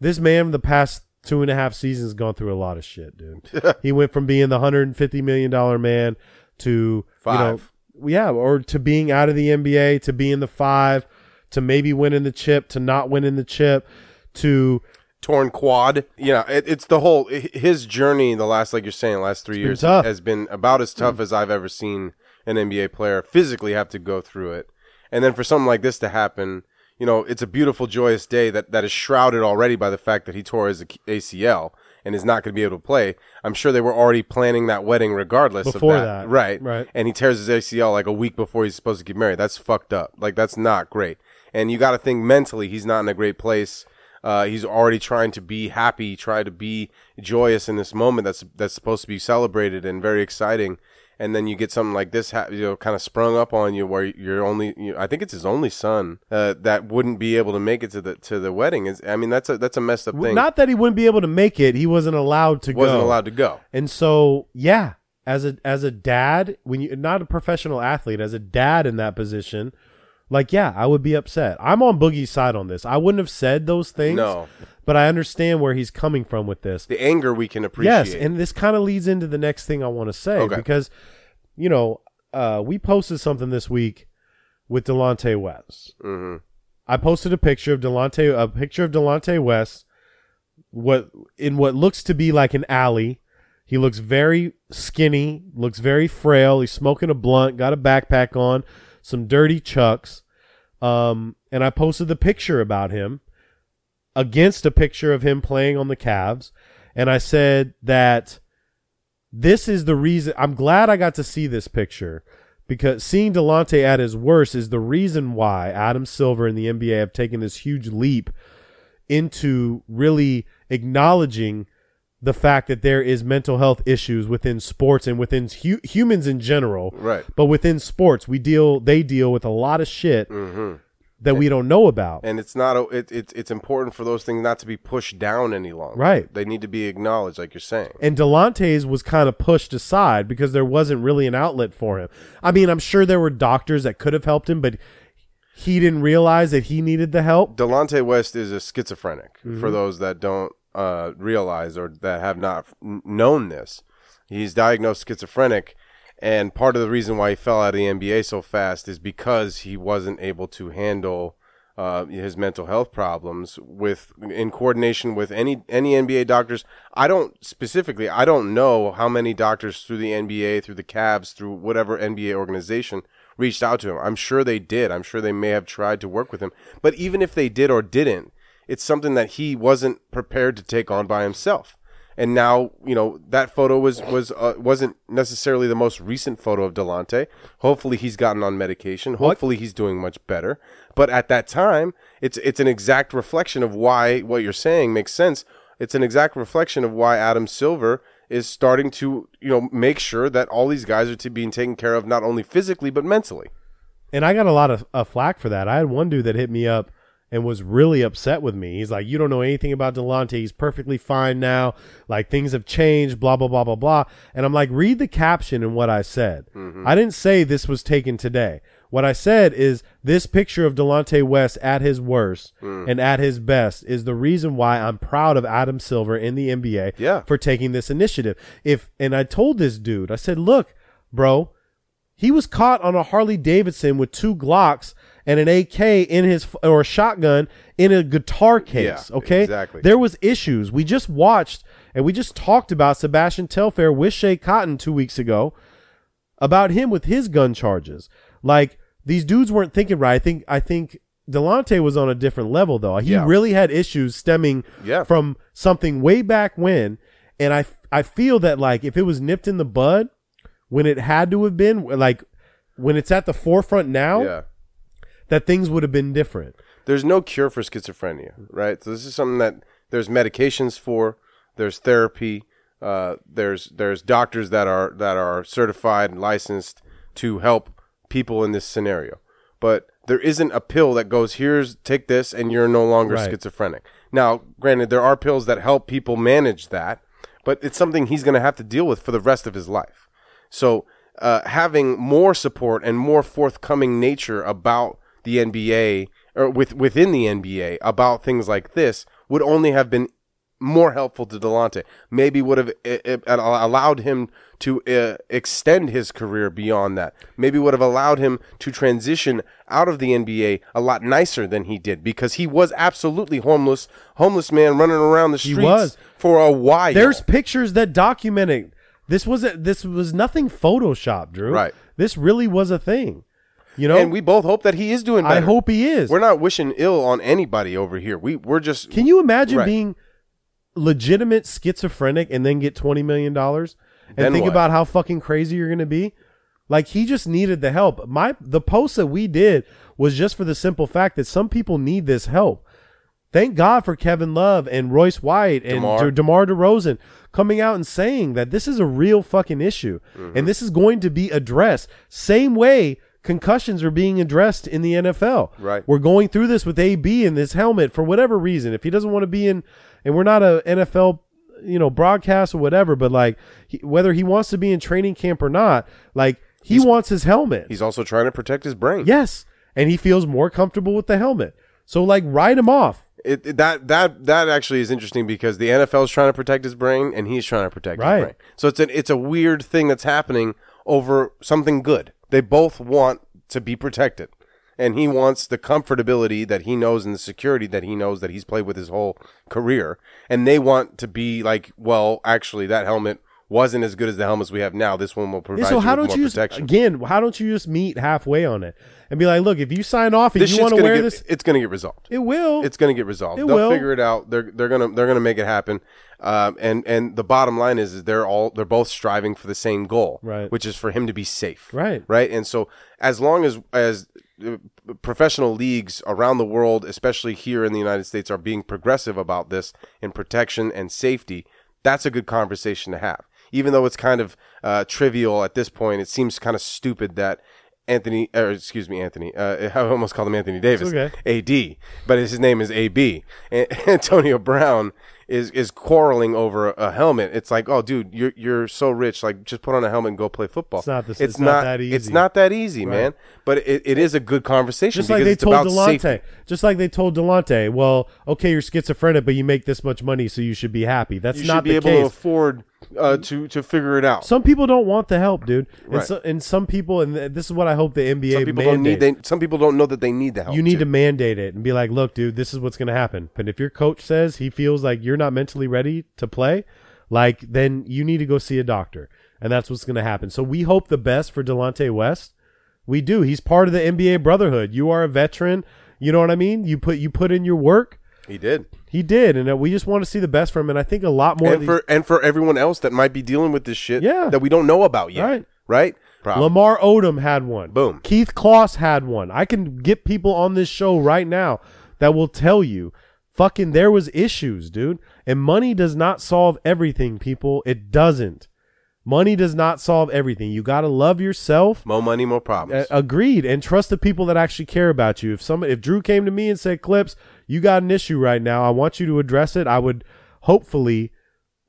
Speaker 1: this man the past two and a half seasons gone through a lot of shit, dude. he went from being the hundred and fifty million dollar man to
Speaker 3: Five.
Speaker 1: You know, yeah, or to being out of the NBA, to being the five, to maybe winning the chip, to not winning the chip, to
Speaker 3: torn quad. You know, it, it's the whole hi- his journey. in The last, like you're saying, last three years
Speaker 1: tough.
Speaker 3: has been about as tough as I've ever seen an NBA player physically have to go through it. And then for something like this to happen, you know, it's a beautiful, joyous day that that is shrouded already by the fact that he tore his ac- ACL and is not going to be able to play. I'm sure they were already planning that wedding regardless
Speaker 1: Before
Speaker 3: of
Speaker 1: that.
Speaker 3: right?
Speaker 1: Right.
Speaker 3: and he tears his ACL like a week before he's supposed to get married. That's fucked up. Like that's not great. And you got to think mentally, he's not in a great place. Uh, he's already trying to be happy, try to be joyous in this moment that's that's supposed to be celebrated and very exciting. And then you get something like this, ha- you know, kind of sprung up on you, where your only, you I think it's his only son uh, that wouldn't be able to make it to the to the wedding. Is I mean, that's a that's a messed up thing.
Speaker 1: not that he wouldn't be able to make it, he wasn't allowed to
Speaker 3: wasn't
Speaker 1: go.
Speaker 3: allowed to go.
Speaker 1: And so, yeah, as a as a dad, when you not a professional athlete, as a dad in that position, like yeah, I would be upset. I'm on Boogie's side on this. I wouldn't have said those things.
Speaker 3: No.
Speaker 1: But I understand where he's coming from with this.
Speaker 3: The anger we can appreciate.
Speaker 1: Yes, and this kind of leads into the next thing I want to say
Speaker 3: Okay.
Speaker 1: because, you know, uh, we posted something this week with Delonte West. Mm-hmm. I posted a picture of Delonte, a picture of Delonte West, what in what looks to be like an alley. He looks very skinny, looks very frail. He's smoking a blunt, got a backpack on, some dirty chucks. Um, and I posted the picture about him against a picture of him playing on the Cavs, and I said that this is the reason. I'm glad I got to see this picture because seeing Delonte at his worst is the reason why Adam Silver and the NBA have taken this huge leap into really acknowledging the fact that there is mental health issues within sports and within hu- humans in general
Speaker 3: Right.
Speaker 1: but within sports we deal they deal with a lot of shit that we don't know about
Speaker 3: and it's not a, it, it, it's important for those things not to be pushed down any longer
Speaker 1: Right.
Speaker 3: they need to be acknowledged like you're saying
Speaker 1: And Delonte's was kind of pushed aside because there wasn't really an outlet for him. I mean, I'm sure there were doctors that could have helped him, but he didn't realize that he needed the help.
Speaker 3: delonte west is a schizophrenic for those that don't uh, realize or that have not n- known this he's diagnosed schizophrenic and part of the reason why he fell out of the nba so fast is because he wasn't able to handle uh, his mental health problems with in coordination with any any NBA doctors. I don't specifically. I don't know how many doctors through the NBA, through the Cavs, through whatever NBA organization reached out to him. I'm sure they did. I'm sure they may have tried to work with him. But even if they did or didn't, it's something that he wasn't prepared to take on by himself and now you know that photo was was uh, wasn't necessarily the most recent photo of Delonte. Hopefully he's gotten on medication. Hopefully he's doing much better. But at that time, it's it's an exact reflection of why what you're saying makes sense. It's an exact reflection of why Adam Silver is starting to you know make sure that all these guys are to being taken care of not only physically but mentally.
Speaker 1: And I got a lot of uh, flack for that. I had one dude that hit me up and was really upset with me. He's like, You don't know anything about Delonte. He's perfectly fine now. Like, things have changed, blah, blah, blah, blah, blah. And I'm like, Read the caption and what I said. I didn't say this was taken today. What I said is this picture of Delonte West at his worst and at his best is the reason why I'm proud of Adam Silver in the NBA
Speaker 3: Yeah.
Speaker 1: for taking this initiative. If and I told this dude, I said, "Look, bro, He was caught on a Harley Davidson with two Glocks and an AK in his or a shotgun in a guitar case.
Speaker 3: Yeah,
Speaker 1: okay,
Speaker 3: exactly.
Speaker 1: There was issues. We just watched and we just talked about Sebastian Telfair with Shea Cotton two weeks ago about him with his gun charges. Like these dudes weren't thinking right. I think I think Delonte was on a different level though. He
Speaker 3: Yeah.
Speaker 1: really had issues stemming
Speaker 3: Yeah.
Speaker 1: from something way back when, and I I feel that like if it was nipped in the bud when it had to have been like when it's at the forefront now
Speaker 3: Yeah.
Speaker 1: that things would have been different.
Speaker 3: there's no cure for schizophrenia, right? So this is something that there's medications for, there's therapy, uh, there's there's doctors that are that are certified and licensed to help people in this scenario. But there isn't a pill that goes here's take this and you're no longer
Speaker 1: Right.
Speaker 3: schizophrenic. Now, granted, there are pills that help people manage that, but it's something he's going to have to deal with for the rest of his life. So uh, having more support and more forthcoming nature about the NBA or with within the NBA about things like this would only have been more helpful to Delonte. Maybe would have uh, uh, allowed him to uh, extend his career beyond that. Maybe would have allowed him to transition out of the NBA a lot nicer than he did because he was absolutely homeless, homeless man running around the streets
Speaker 1: was.
Speaker 3: for a while.
Speaker 1: There's pictures that document it. This wasn't this was nothing Photoshop, Drew.
Speaker 3: Right.
Speaker 1: This really was a thing. You know,
Speaker 3: and we both hope that he is doing better.
Speaker 1: I hope he is.
Speaker 3: We're not wishing ill on anybody over here. We we're just
Speaker 1: Can you imagine
Speaker 3: Right.
Speaker 1: being legitimate schizophrenic and then get twenty million dollars and
Speaker 3: Then
Speaker 1: think
Speaker 3: what?
Speaker 1: about how fucking crazy you're gonna be? Like he just needed the help. My the post that we did was just for the simple fact that some people need this help. Thank God for Kevin Love and Royce White and
Speaker 3: DeMar.
Speaker 1: DeMar, DeMar DeRozan coming out and saying that this is a real fucking issue
Speaker 3: Mm-hmm.
Speaker 1: and this is going to be addressed. Same way concussions are being addressed in the NFL.
Speaker 3: Right.
Speaker 1: We're going through this with AB in this helmet for whatever reason. If he doesn't want to be in, and we're not a NFL, you know, broadcast or whatever, but like he, whether he wants to be in training camp or not, like he wants his helmet.
Speaker 3: he's also trying to protect his brain.
Speaker 1: yes, and he feels more comfortable with the helmet. So like, write him off.
Speaker 3: It, it- that that that actually is interesting because the NFL is trying to protect his brain and he's trying to protect
Speaker 1: Right.
Speaker 3: his brain. So it's an, it's a weird thing that's happening over something good. They both want to be protected, and he wants the comfortability that he knows and the security that he knows that he's played with his whole career, and they want to be like, well, actually, that helmet wasn't as good as the helmets we have now. This one will provide
Speaker 1: Yeah, so
Speaker 3: you
Speaker 1: how don't
Speaker 3: with more
Speaker 1: you
Speaker 3: protection.
Speaker 1: again? How don't you just meet halfway on it and be like, look, if you sign off and
Speaker 3: this
Speaker 1: you
Speaker 3: shit's
Speaker 1: want
Speaker 3: gonna
Speaker 1: to wear
Speaker 3: get,
Speaker 1: this,
Speaker 3: It's gonna get resolved.
Speaker 1: it will.
Speaker 3: It's gonna get resolved.
Speaker 1: It
Speaker 3: They'll
Speaker 1: will.
Speaker 3: figure it out. They're they're gonna they're gonna make it happen. Um, and and the bottom line is, is they're all they're both striving for the same goal,
Speaker 1: Right.
Speaker 3: Which is for him to be safe,
Speaker 1: Right.
Speaker 3: Right. And so as long as as uh, professional leagues around the world, especially here in the United States, are being progressive about this in protection and safety, that's a good conversation to have. Even though it's kind of uh, trivial at this point, it seems kind of stupid that. Anthony, or excuse me, Anthony. Uh, I almost called him Anthony Davis.
Speaker 1: okay.
Speaker 3: AD, but his name is AB. And Antonio Brown is is quarreling over a helmet. It's like, oh, dude, you're you're so rich. Like, just put on a helmet and go play football.
Speaker 1: It's not this- it's not that easy.
Speaker 3: It's not that easy, man. But it, it is a good conversation
Speaker 1: just
Speaker 3: because
Speaker 1: like they
Speaker 3: it's
Speaker 1: told
Speaker 3: about
Speaker 1: Delonte.
Speaker 3: safety.
Speaker 1: Just like they told Delonte. Well, okay, you're schizophrenic, but you make this much money, so you should be happy. That's
Speaker 3: You
Speaker 1: not
Speaker 3: should be
Speaker 1: the
Speaker 3: able
Speaker 1: case.
Speaker 3: to afford uh, to to figure it out.
Speaker 1: some people don't want the help, dude. And,
Speaker 3: Right.
Speaker 1: so, and some people, and th- this is what I hope the NBA
Speaker 3: some people don't
Speaker 1: mandates.
Speaker 3: need. They, some people don't know that they need the help.
Speaker 1: you need
Speaker 3: too.
Speaker 1: to mandate it and be like, look, dude, this is what's going to happen. And if your coach says he feels like you're not mentally ready to play, like then you need to go see a doctor, and that's what's going to happen. So we hope the best for Delonte West. We do. He's part of the NBA Brotherhood. You are a veteran. You know what I mean. You put you put in your work.
Speaker 3: He did,
Speaker 1: He did, and uh, we just want to see the best from him. And I think a lot more. of
Speaker 3: and
Speaker 1: these-
Speaker 3: for and for everyone else that might be dealing with this shit,
Speaker 1: Yeah.
Speaker 3: that we don't know about yet,
Speaker 1: Right.
Speaker 3: Right? Problem.
Speaker 1: Lamar Odom had one.
Speaker 3: Boom.
Speaker 1: Keith Kloss had one. I can get people on this show right now that will tell you fucking there was issues, dude. And money does not solve everything, people. It doesn't. Money does not solve everything. You got to love yourself.
Speaker 3: more money, more problems.
Speaker 1: A- agreed and trust the people that actually care about you if some if drew came to me and said clips you got an issue right now i want you to address it i would hopefully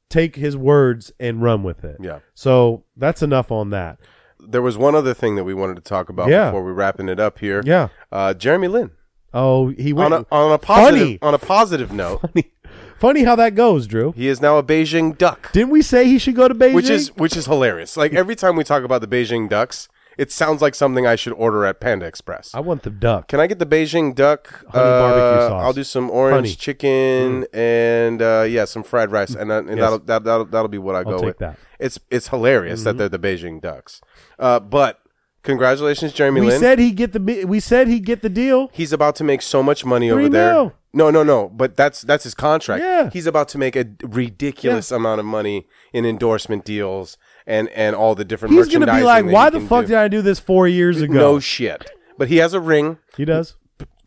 Speaker 1: take his words and run with it
Speaker 3: Yeah.
Speaker 1: so that's enough on that
Speaker 3: there was one other thing that we wanted to talk about
Speaker 1: Yeah.
Speaker 3: before we wrapping it up here.
Speaker 1: Yeah.
Speaker 3: Uh, Jeremy Lin.
Speaker 1: oh he went
Speaker 3: On a, on a positive uh,
Speaker 1: funny
Speaker 3: on a positive note,
Speaker 1: funny how that goes drew
Speaker 3: he is now a Beijing duck,
Speaker 1: didn't we say he should go to beijing
Speaker 3: which is which is hilarious. Like every time we talk about the Beijing ducks, It sounds like something I should order at Panda Express.
Speaker 1: I want the duck.
Speaker 3: Can I get the Beijing duck?
Speaker 1: Honey barbecue
Speaker 3: Uh,
Speaker 1: sauce.
Speaker 3: I'll do some orange
Speaker 1: Honey. Mm.
Speaker 3: chicken and uh, yeah, some fried rice, and, uh, and
Speaker 1: Yes.
Speaker 3: that'll, that, that'll that'll be what I go
Speaker 1: take
Speaker 3: with.
Speaker 1: that. Mm-hmm.
Speaker 3: It's it's hilarious that they're the Beijing ducks. Uh, but congratulations, Jeremy
Speaker 1: We
Speaker 3: Lin.
Speaker 1: said he get the mi- we said he get the deal.
Speaker 3: He's about to make so much money
Speaker 1: Three
Speaker 3: over there.
Speaker 1: mil.
Speaker 3: No, no, no. But that's that's his contract.
Speaker 1: Yeah.
Speaker 3: He's about to make a ridiculous amount of money in endorsement deals and and all the different.
Speaker 1: He's gonna be
Speaker 3: merchandising
Speaker 1: like,
Speaker 3: that
Speaker 1: "Why
Speaker 3: he
Speaker 1: the
Speaker 3: can
Speaker 1: fuck
Speaker 3: do."
Speaker 1: did I do this four years ago?"
Speaker 3: No shit. But he has a ring.
Speaker 1: he does.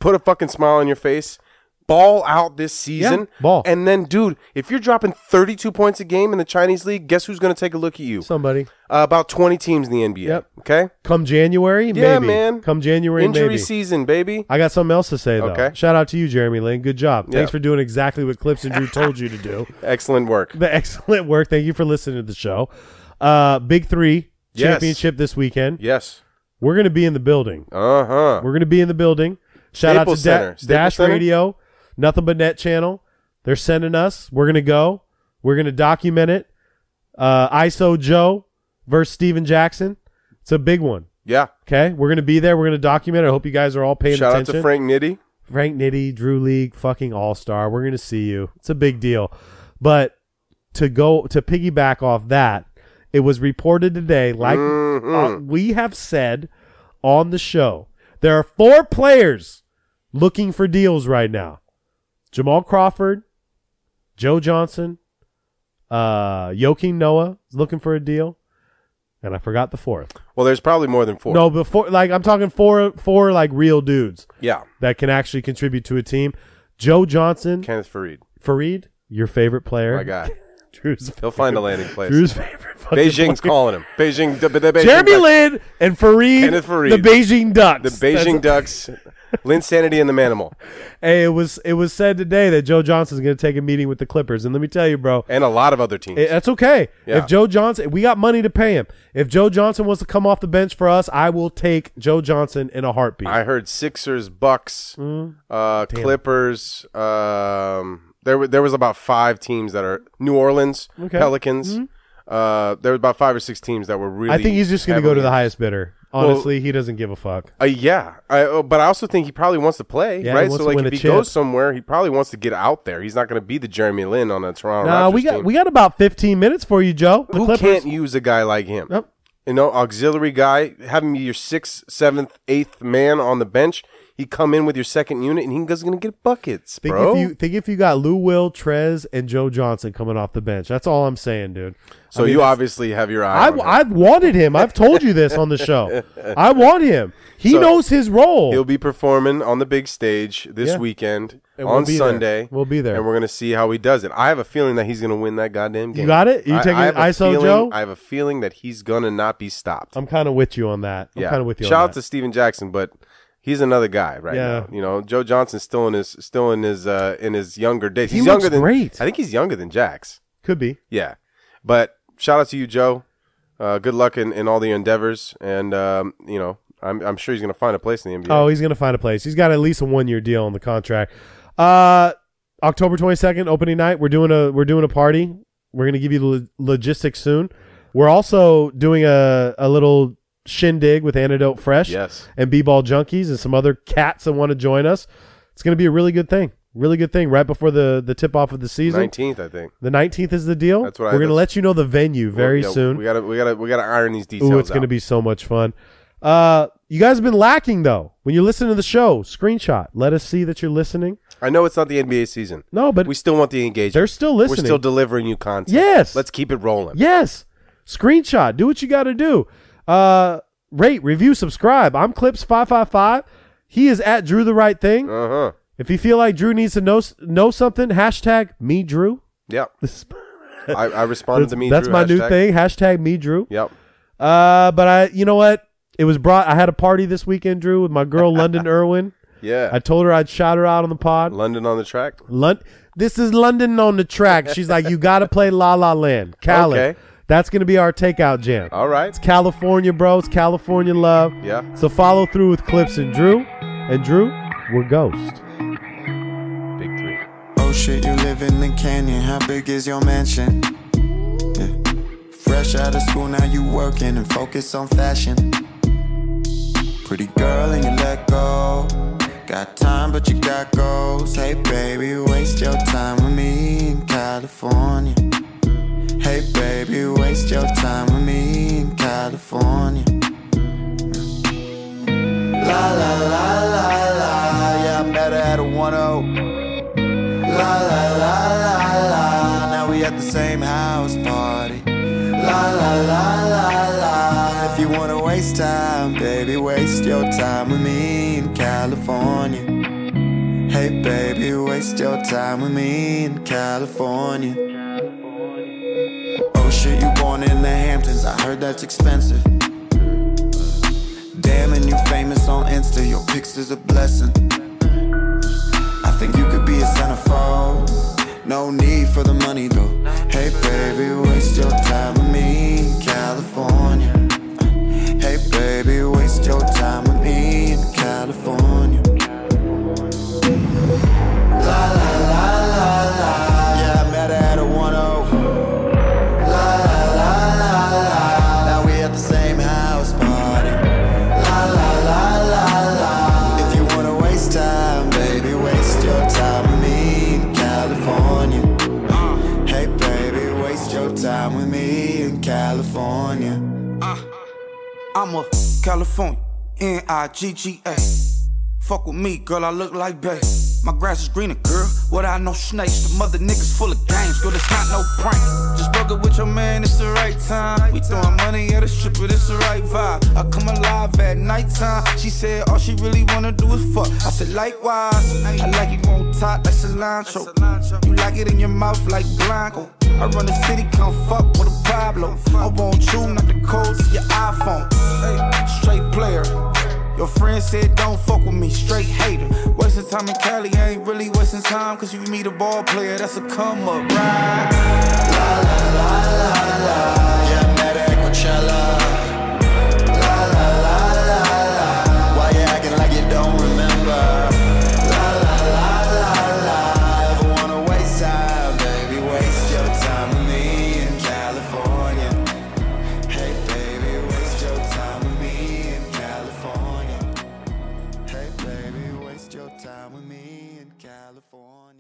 Speaker 3: put a fucking smile on your face. Ball out this season.
Speaker 1: Yeah, ball.
Speaker 3: And then, dude, if you're dropping 32 points a game in the Chinese league, guess who's going to take a look at you?
Speaker 1: Somebody
Speaker 3: Uh, about 20 teams in the NBA.
Speaker 1: Yep.
Speaker 3: Okay?
Speaker 1: come January.
Speaker 3: Yeah,
Speaker 1: maybe.
Speaker 3: man.
Speaker 1: Come January.
Speaker 3: Injury
Speaker 1: maybe.
Speaker 3: season, baby.
Speaker 1: I got something else to say though.
Speaker 3: Okay.
Speaker 1: Shout out to you, Jeremy Lin. Good job.
Speaker 3: Yeah.
Speaker 1: Thanks for doing exactly what Clips and Drew told you to do.
Speaker 3: Excellent work.
Speaker 1: The excellent work. Thank you for listening to the show. Uh, Big Three
Speaker 3: Yes.
Speaker 1: Championship this weekend.
Speaker 3: Yes.
Speaker 1: We're gonna be in the building.
Speaker 3: Uh huh.
Speaker 1: We're gonna be in the building. Shout out
Speaker 3: Staples
Speaker 1: to Da-
Speaker 3: Center. Staples
Speaker 1: Dash
Speaker 3: Center?
Speaker 1: Radio, Nothing But Net Channel. They're sending us. We're gonna go. We're gonna document it. Uh, ISO Joe versus Steven Jackson. It's a big one.
Speaker 3: Yeah.
Speaker 1: Okay, we're gonna be there. We're gonna document. it. I hope you guys are all paying
Speaker 3: Shout out
Speaker 1: attention.
Speaker 3: to Frank Nitty.
Speaker 1: Frank Nitty, Drew League, fucking all star. We're gonna see you. It's a big deal. But to go to piggyback off that, it was reported today, like uh, we have said on the show, there are four players looking for deals right now. Jamal Crawford, Joe Johnson, uh Joakim Noah is looking for a deal. And I forgot the fourth.
Speaker 3: Well, there's probably more than four.
Speaker 1: No, before like I'm talking four four like real dudes
Speaker 3: Yeah.
Speaker 1: that can actually contribute to a team. Joe Johnson,
Speaker 3: Kenneth Farid.
Speaker 1: Farid, your favorite player.
Speaker 3: My guy.
Speaker 1: Drew's,
Speaker 3: He'll find a landing place.
Speaker 1: Drew's favorite. fucking
Speaker 3: Beijing's
Speaker 1: player.
Speaker 3: calling him. Beijing. The, the Beijing
Speaker 1: Jeremy
Speaker 3: Ducks.
Speaker 1: Lin and Farid,
Speaker 3: Kenneth Farid.
Speaker 1: the Beijing Ducks.
Speaker 3: The Beijing Ducks. Lin Sanity and the Manimal.
Speaker 1: That's- Hey, it was it was said today that Joe Johnson's going to take a meeting with the Clippers, and let me tell you, bro,
Speaker 3: And a lot of other teams.
Speaker 1: it- that's okay.
Speaker 3: Yeah.
Speaker 1: If Joe Johnson, we got money to pay him. If Joe Johnson wants to come off the bench for us, I will take Joe Johnson in a heartbeat.
Speaker 3: I heard Sixers, Bucks,
Speaker 1: Mm.
Speaker 3: uh, Clippers. Um, there were there was about five teams that are New Orleans Pelicans. Uh, there was about five or six teams that were really.
Speaker 1: Mm-hmm. I think he's just going to go to the highest bidder.
Speaker 3: Well-
Speaker 1: Honestly, he doesn't give a fuck.
Speaker 3: Uh, yeah, I, oh, but I also think he probably wants to play,
Speaker 1: Yeah, he
Speaker 3: right?
Speaker 1: wants
Speaker 3: So
Speaker 1: to
Speaker 3: like,
Speaker 1: win
Speaker 3: if
Speaker 1: a
Speaker 3: he goes
Speaker 1: chip.
Speaker 3: somewhere, he probably wants to get out there. He's not going to be the Jeremy Lin on a Toronto.
Speaker 1: Nah,
Speaker 3: Raptors
Speaker 1: we got
Speaker 3: team.
Speaker 1: we got about 15 minutes for you, Joe. The
Speaker 3: Who
Speaker 1: Clippers.
Speaker 3: can't use a guy like him?
Speaker 1: Yep.
Speaker 3: You know, auxiliary guy, have him be your sixth, seventh, eighth man on the bench. He come in with your second unit, and he's going to get buckets,
Speaker 1: Think
Speaker 3: bro.
Speaker 1: if you think if you got Lou Will, Trez, and Joe Johnson coming off the bench. That's all I'm saying, dude.
Speaker 3: So you obviously have your
Speaker 1: I,
Speaker 3: eye. on him.
Speaker 1: I've wanted him. I've told you this on the show. I want him. He
Speaker 3: So,
Speaker 1: knows his
Speaker 3: He'll
Speaker 1: role.
Speaker 3: be performing on the big stage this
Speaker 1: Yeah.
Speaker 3: weekend
Speaker 1: And we'll
Speaker 3: on
Speaker 1: be there.
Speaker 3: Sunday.
Speaker 1: We'll be there.
Speaker 3: and we're gonna see how he does it. I have a feeling that he's gonna win that goddamn game.
Speaker 1: got it? You
Speaker 3: I-
Speaker 1: taking
Speaker 3: I have a
Speaker 1: ISO,
Speaker 3: feeling-
Speaker 1: Joe?
Speaker 3: I have a feeling that he's gonna not be stopped.
Speaker 1: I'm kind of with you on that. I'm
Speaker 3: yeah,
Speaker 1: kind of with you.
Speaker 3: Shout
Speaker 1: on
Speaker 3: out to Steven Jackson, but he's another guy right
Speaker 1: Yeah.
Speaker 3: now. You know, Joe Johnson's still in his still in his uh, in his younger days.
Speaker 1: He
Speaker 3: he's
Speaker 1: looks
Speaker 3: younger than
Speaker 1: great.
Speaker 3: I think he's younger than Jax.
Speaker 1: that. could be.
Speaker 3: Yeah, but shout out to you, Joe. Uh, good luck in, in all the endeavors, and um, you know, I'm, I'm sure he's gonna find a place in the NBA.
Speaker 1: Oh, he's gonna find a place. He's got at least a one year deal on the contract. Uh, October 22nd, opening night. We're doing a we're doing a party. We're gonna give you the lo- logistics soon. We're also doing a a little shindig with Antidote Fresh.
Speaker 3: Yes.
Speaker 1: and b-ball junkies and some other cats that want to join us it's going to be a really good thing really good thing right before the the tip off of the season
Speaker 3: 19th, I think.
Speaker 1: the 19th is the deal
Speaker 3: That's what I-
Speaker 1: we're going to
Speaker 3: that's-
Speaker 1: let you know the venue very
Speaker 3: Yeah,
Speaker 1: soon
Speaker 3: We gotta, we gotta, we gotta iron these details.
Speaker 1: Ooh, it's going to
Speaker 3: out.
Speaker 1: be so much fun uh you guys have been lacking though when you listen to the show screenshot let us see that you're listening
Speaker 3: I know it's not the NBA season.
Speaker 1: no but
Speaker 3: we still want the engagement.
Speaker 1: they're still
Speaker 3: We're
Speaker 1: listening
Speaker 3: still delivering you content.
Speaker 1: Yes.
Speaker 3: Let's keep it rolling.
Speaker 1: yes screenshot do what you got to do uh rate review subscribe i'm clips 555 he is at drew the right thing
Speaker 3: Uh huh.
Speaker 1: If you feel like Drew needs to know know something, hashtag me Drew.
Speaker 3: Yep.
Speaker 1: This-
Speaker 3: I, I responded to me.
Speaker 1: That's
Speaker 3: Drew
Speaker 1: my new
Speaker 3: hashtag.
Speaker 1: thing. Hashtag me Drew.
Speaker 3: Yep.
Speaker 1: Uh, but I, you know what? It was brought. I had a party this weekend, Drew, with my girl London Irwin.
Speaker 3: Yeah.
Speaker 1: I told her I'd shout her out on the pod.
Speaker 3: London on the track.
Speaker 1: Lon- this is London on the track. She's like, you got to play La La Land, Cali.
Speaker 3: Okay.
Speaker 1: That's gonna be our takeout jam.
Speaker 3: All right.
Speaker 1: It's California, bro. It's California love.
Speaker 3: Yeah.
Speaker 1: So follow through with clips and Drew, and Drew, we're Ghost.
Speaker 3: Big three.
Speaker 5: Oh shit, you live in the canyon. How big is your mansion? Yeah. Fresh out of school, now you working and focus on fashion. Pretty girl and you let go. Got time, but you got goals. Hey, baby, waste your time with me in California. Hey, baby, waste your time with me in California. La la la la la. Yeah, I met her at a oh. 1 La la la la la. Now we at the same house party. La la la la la. If you wanna waste time, baby, waste your time with me in California. Hey, baby, waste your time with me in California. Oh shit, you born in the Hamptons? I heard that's expensive. Damn, and you famous on Insta. Your pics is a blessing. I think you could be a centerfold. No need for the money though. Hey baby, waste your time with me in California. Hey baby, waste your time with me in California. La la la la la. Yeah, I met her at a 10. La la la la la. Now we at the same house party. La la la la la. If you wanna waste time, baby, waste your time with me in California. Hey baby, waste your time with me in California.
Speaker 6: I'm a California, N-I-G-G-A. Fuck with me, girl, I look like Bay. My grass is greener, girl. What I know, snakes. The mother niggas full of games, girl, it's not no prank. Just broke up with your man, it's the right time. We throwing money at a stripper, it's the right vibe. I come alive at nighttime. She said all she really wanna do is fuck. I said likewise. I like it on top like cilantro. You like it in your mouth like Blanco. I run the city, come fuck with a Pablo. I want you, not the codes to your iPhone. Hey, straight player. Your friend said don't fuck with me, straight hater. Wasting time in Cali, I ain't really wasting time, cause you meet a ball player, that's a come up, right?
Speaker 5: Yeah, I met her at Coachella. La la la la la. Why you acting like you don't remember? La la la la la. Never wanna waste time, baby. Waste your time with me in California. Hey baby, waste your time with me in California. Hey baby, waste your time with me in California.